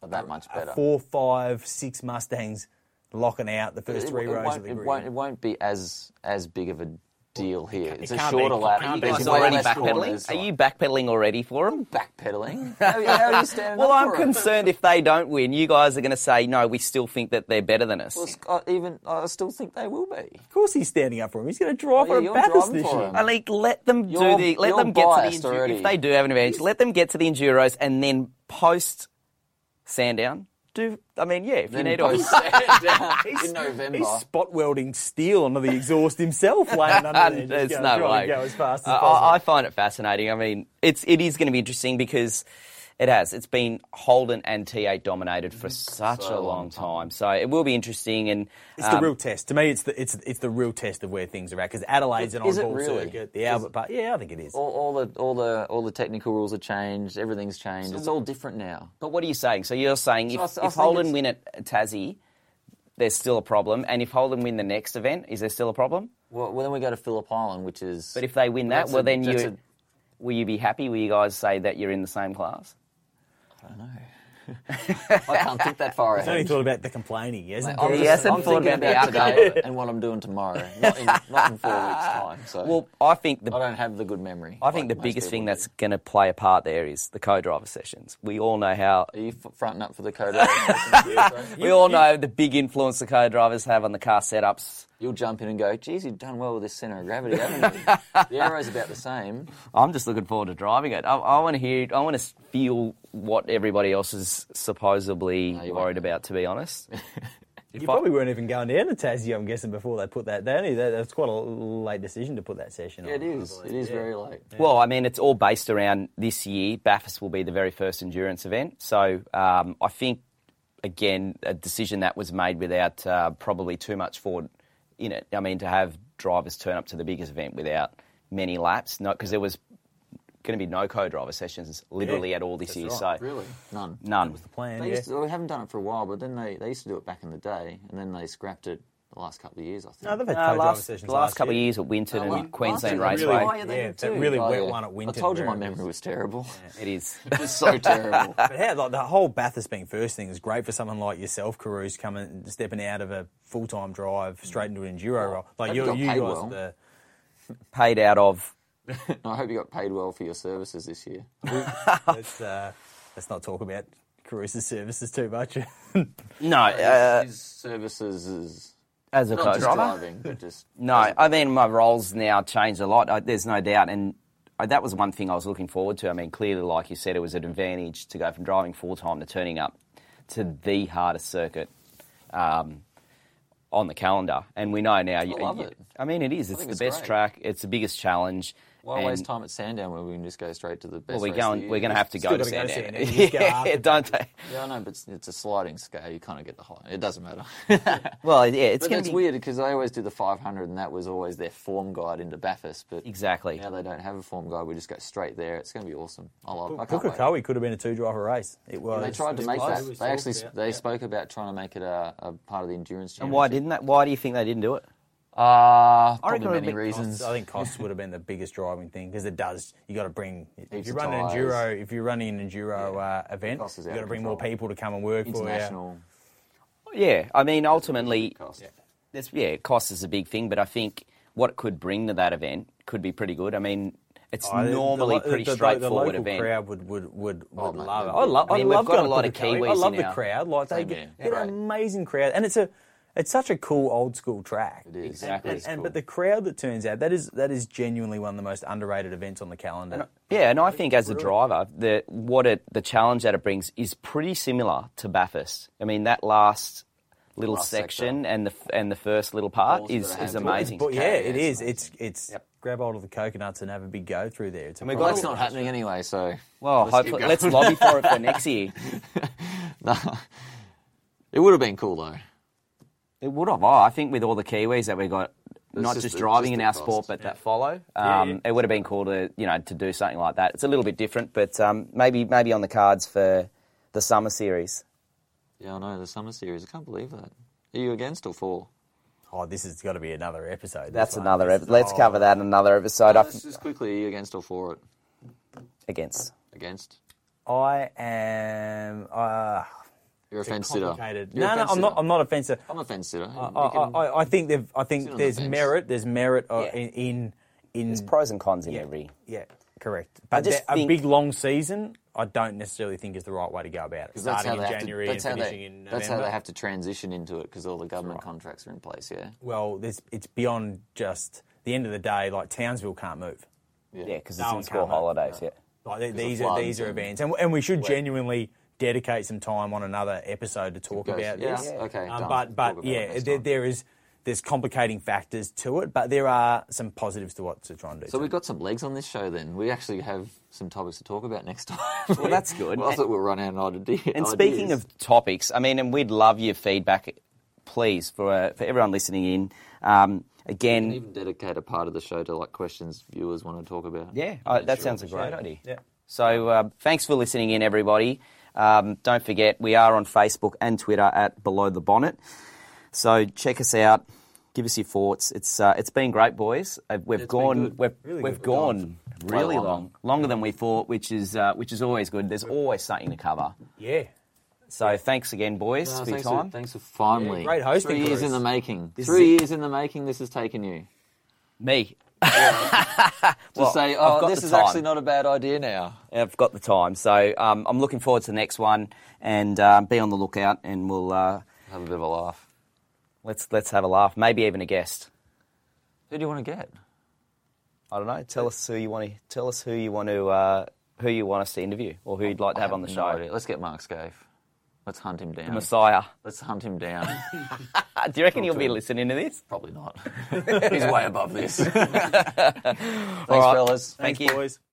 S2: not that much better.
S3: four, five, six Mustangs, locking out the first
S2: it,
S3: three
S2: it
S3: rows of
S2: won't,
S3: the
S2: it
S3: grid.
S2: won't it won't be as as big of a deal here. It's a
S3: can't
S2: shorter
S3: be-
S2: lap.
S3: can't be.
S1: You
S2: There's
S1: guys
S3: It's
S2: way
S1: already
S2: less corners.
S1: backpedaling? Are you backpedaling already for them?
S2: backpedaling? How, how are you standing
S1: Well,
S2: up
S1: I'm
S2: for it?
S1: concerned if they don't win, you guys are going to say, no, we still think that they're better than us.
S2: Well, Scott, even I still think they will be.
S3: Of course, he's standing up for him. He's going to drive
S2: Oh, yeah,
S3: for a
S2: you're
S3: Bathurst
S2: driving
S3: this
S2: for
S3: year.
S2: him.
S1: I like let them do
S2: You're-
S1: the let
S2: you're
S1: them get to
S2: biased
S1: the enduro,
S2: already.
S1: if they do have an advantage. Let them get to the enduros and then post Sandown. Do I mean yeah? If you need
S2: both
S1: to,
S2: stand down uh, in November.
S3: He's spot welding steel onto the exhaust himself, laying under there.
S1: there's
S3: Just go,
S1: no
S3: try
S1: way.
S3: and Go as fast
S2: Uh,
S3: as
S1: I-
S3: possible.
S1: I, I find it fascinating. I mean, it's it is going to be interesting because it has it's been Holden and T8 dominated for such
S2: So
S1: a
S3: a
S1: long
S2: long
S1: time. So it will be interesting and uh,
S3: It's
S2: um,
S3: the real test. To me, it's the it's it's the real test of where things are at because Adelaide's an
S2: Is it
S3: on-ball
S2: really?
S3: circuit. The Albert Park, yeah, I think it is.
S2: all, all the all the all the technical rules are changed. Everything's changed. it's all different now.
S1: But what are you saying? So you're saying if,
S2: I th- I
S1: if
S2: think
S1: Holden
S2: it's-
S1: win at Tassie, there's still a problem, and if Holden win the next event, is there still a problem?
S2: Well, well, then we go to Phillip Island, which is.
S1: But if they win that,
S2: That's a-
S1: well then
S2: that's
S1: you will you be happy? Will you guys say that you're in the same class?
S2: I can't think that far
S3: He's only
S2: ahead.
S3: thought about the complaining. He hasn't.
S2: I'm,
S3: thought
S1: He
S2: just-
S1: hasn't
S3: about-
S2: I'm
S1: thought
S2: thinking
S1: about
S2: about
S1: the
S2: today and what I'm doing tomorrow. Not in, not in four weeks' time. So
S1: Well, I think the
S2: I don't have the good memory.
S1: I think
S2: like
S1: the
S2: most
S1: biggest
S2: people
S1: thing
S2: do.
S1: that's going to play a part there is the co-driver sessions. We all know how
S2: Are you f- fronting up for the code?
S1: we all know the big influence the co-drivers have on the car setups.
S2: You'll jump in and go, geez, you've done well with this centre of gravity, haven't you? the arrow's about the same.
S1: I'm just looking forward to driving it. I, I want to hear. I want to feel what everybody else is supposedly
S2: you won't.
S1: worried about. To be honest,
S3: you probably weren't even going down to Tassie. I'm guessing before they put that down. That, that's quite a late decision to put that session on.
S2: It is. It is very late.
S1: Well, I mean, it's all based around this year. Bathurst will be the very first endurance event. So um, I think, again, a decision that was made without uh, probably too much forward in it. I mean, to have drivers turn up to the biggest event without many laps, because there was going to be no co-driver sessions literally
S3: Yeah,
S1: at all this
S3: that's
S1: year.
S3: right.
S1: So
S2: Really? None.
S1: none.
S3: plan.
S2: They,
S3: Yeah.
S2: used to, they haven't done it for a while, but then they, they used to do it back in the day, and then they scrapped it the last couple of years, I think.
S3: No, they've had
S1: Uh,
S3: co-driver
S1: last, the
S3: sessions
S1: last, couple
S3: year.
S1: of years at Winton
S2: Well,
S1: and Queensland
S2: last
S3: year's
S1: Raceway,
S3: really-
S2: they
S3: yeah,
S2: did
S3: that
S2: too.
S3: really
S2: Oh,
S3: wet
S2: yeah.
S3: one at
S2: I
S3: Winton
S2: told you my
S3: where it
S2: memory was terrible.
S1: it is.
S2: It was so terrible.
S3: But how, like, the whole Bathurst being first thing is great for someone like yourself, Caruso, coming stepping out of a full-time drive straight into an enduro role.
S2: Oh, hope
S3: Like you,
S2: you got
S3: you
S2: paid
S3: guys,
S2: well.
S3: are the,
S1: Paid out of
S2: I hope you got paid well for your services this year.
S3: let's, uh, let's not talk about Caruso's services too much.
S1: no uh,
S2: His services is
S1: as a
S2: not just
S1: co-driver.
S2: driving, but just
S1: No, I mean my roles now changed a lot. I, there's no doubt, and I, that was one thing I was looking forward to. I mean, clearly, like you said, it was an advantage to go from driving full time to turning up to the hardest circuit um, on the calendar, and we know now. I
S2: love it.
S1: I mean, it is. It's
S2: think
S1: the
S2: it's
S1: best
S2: great.
S1: track. It's the biggest challenge.
S2: Why waste
S1: And-
S2: time at Sandown where we can just go straight to the
S1: Well,
S2: best?
S1: we're
S2: race of the
S1: going.
S2: year?
S1: We're going to have to go
S3: Still
S1: to
S3: gotta go to
S1: Sandown.
S3: Sandown. You just go
S1: yeah,
S3: after.
S1: don't they?
S2: Yeah, I know, but it's, it's a sliding scale. You kind of get the high. It doesn't matter.
S1: Well, yeah, it's
S2: but
S1: going
S2: that's
S1: to be
S2: weird because they always do the 500, and that was always their form guide into Bathurst. But
S1: Exactly.
S2: now they don't have a form guide. We just go straight there. It's going to be awesome. I love. I can't wait.
S3: Pukekohe could have been a two-driver race. It was.
S2: They tried to
S3: it
S2: make
S3: was.
S2: that. They actually s- they spoke about trying to make it a, a part of the endurance.
S1: And why didn't that? Why do you think they didn't do it?
S2: Uh, probably
S1: reckon it would
S2: many
S1: be-
S2: reasons.
S3: I think costs would have been the biggest driving thing because it does. You got to bring if
S2: Heaps
S3: you
S2: of
S3: run an
S2: tyres.
S3: enduro, if you're running an enduro uh, event,
S2: cost is
S3: you
S2: out
S3: got to
S2: of
S3: bring more
S2: control.
S3: people to come and work
S2: International
S1: Yeah, I mean, ultimately,
S2: cost.
S1: that's yeah, cost is a big thing, but I think what it could bring to that event could be pretty good. I mean, it's
S3: for you.
S1: normally
S3: Oh, Uh, The lo-
S1: pretty
S3: the,
S1: straightforward
S3: the local
S1: event. Oh,
S3: crowd would would would, would
S2: mate,
S3: love it.
S2: they'd
S3: I
S2: be-
S3: love.
S1: I mean,
S3: I
S1: we've
S3: love
S1: got a
S3: going to
S1: lot of
S3: Pukekohe.
S1: Kiwis
S3: I love
S1: in
S3: the
S1: our-
S3: crowd. Like they
S2: Same
S3: get,
S2: here.
S3: get an
S2: Right.
S3: amazing crowd, and it's a it's such a cool old school track.
S2: It is.
S1: Exactly.
S2: It
S3: And,
S2: is
S3: and
S2: cool.
S3: but the crowd that turns out that is that is genuinely one of the most underrated events on the calendar.
S1: Yeah, and uh, I think as a driver, the what it the challenge that it brings is pretty similar to Bathurst. I mean, that last little
S2: Last
S1: section
S2: sector.
S1: and the f- and the first little part
S2: Balls
S1: is
S2: that
S1: is
S2: have-
S1: amazing.
S3: But yeah, it
S2: Yeah,
S3: is.
S2: it's
S3: It's it's grab hold of the coconuts and have a big go through there. It's a
S2: Well,
S3: problem.
S2: that's not happening anyway. So
S1: well,
S2: Let's keep
S1: hopefully,
S2: going.
S1: let's lobby for it for next year.
S2: it would have been cool though.
S1: It would have. Oh, I think with all the Kiwis that we got, not
S2: just
S1: just
S2: the-
S1: driving
S2: just
S1: in
S2: the
S1: our
S2: cost.
S1: sport, but that follow, um,
S3: yeah.
S1: it would have been cool to you know to do something like that. It's a little bit different, but um, maybe maybe on the cards for the summer series.
S2: Yeah, I know the summer series. I can't believe that. Are you against or for?
S3: Oh, this has got to be another episode. this
S1: That's
S3: one.
S1: another.
S3: This
S1: Ev-
S3: is-
S1: let's
S3: oh,
S1: cover that in another episode. I
S2: Just, just quickly, are you against or for it?
S1: against.
S2: Against.
S3: I am. Uh,
S2: You're a
S3: it's a
S2: fence sitter.
S3: complicated-
S2: You're a
S3: No, no,
S2: fence
S3: I'm not.
S2: sitter.
S3: I'm not a fence sitter.
S2: I'm a fence sitter.
S3: I, I, I think they've. I
S2: Sit
S3: think
S2: on the
S3: there's
S2: fence.
S3: merit. There's merit uh,
S1: Yeah.
S3: in in. in
S1: There's pros and cons in every.
S3: yeah, correct. But
S1: just
S3: there- a
S1: think-
S3: big long season, I don't necessarily think is the right way to go about it.
S2: that's how
S3: Starting
S2: they
S3: in
S2: have to.
S3: January
S2: That's how
S3: and
S2: they.
S3: finishing in
S2: that's how
S3: November.
S2: they have to transition into it because all the government contracts are in place. Yeah.
S3: Well, there's, it's beyond just the end of the day. Like Townsville can't move.
S1: Yeah, because
S3: No
S1: it's
S3: one
S1: in school
S3: can, mate.
S1: holidays. Yeah.
S3: Like, th-
S2: of
S3: these are these
S2: floods
S3: are
S2: and-
S3: events, and, and we should genuinely dedicate some time on another episode to talk
S2: Goes-
S3: about
S2: yeah,
S3: this.
S2: Okay. done.
S3: Um, but
S2: Talk
S3: but
S2: about it
S3: yeah,
S2: next
S3: there,
S2: time.
S3: there is there's complicating factors to it, but there are some positives to what to try and do.
S2: So
S3: too.
S2: we've got some legs on this show then. We actually have some topics to talk about next time.
S1: Well, that's good.
S2: well, I thought we'll run out of ideas.
S1: And speaking of topics, I mean, and we'd love your feedback, please, for uh, for everyone listening in. Um, again,
S2: even dedicate a part of the show to like questions viewers want to talk about.
S1: Yeah, uh, that sounds a great
S3: it.
S1: idea.
S3: Yeah.
S1: So uh, thanks for listening in, everybody. Um, don't forget, we are on Facebook and Twitter at Below the Bonnet. So check us out. Give us your thoughts. It's uh, it's been great, boys. Uh, we've
S2: It's been
S1: gone
S2: good.
S1: we've,
S3: Really
S1: we've
S3: good.
S1: gone
S2: Quite
S1: really
S2: long.
S1: long, longer than we thought, which is uh, which is always good. There's always something to cover.
S3: yeah,
S1: So thanks again, boys,
S2: No,
S1: for your
S2: thanks,
S1: time.
S2: for, thanks for finally.
S3: Yeah, great hosting,
S2: Three years
S3: Bruce.
S2: in the making.
S1: This
S2: Three
S1: is
S2: years in the making. This has taken you
S1: Me,
S2: to say,
S1: I've
S2: oh,
S1: got
S2: this
S1: the
S2: is
S1: time."
S2: actually not a bad idea now.
S1: I've got the time. So um, I'm looking forward to the next one, and um, be on the lookout, and we'll uh,
S2: Have a bit of a laugh.
S1: let's let's have a laugh. Maybe even a guest.
S2: Who do you want to get?
S1: I don't know. Tell us who you want to tell us who you want to uh, who you want us to interview or who you'd like to have on the
S2: No
S1: show.
S2: idea. Let's get Mark Scaife. Let's hunt him down.
S1: Messiah.
S2: Let's hunt him down.
S1: Uh, do you reckon
S2: Talk
S1: he'll
S2: to
S1: be
S2: him.
S1: listening to this?
S2: Probably not. He's way above this. Thanks,
S1: right.
S2: fellas.
S1: Thank
S3: Thanks,
S1: you.
S3: boys.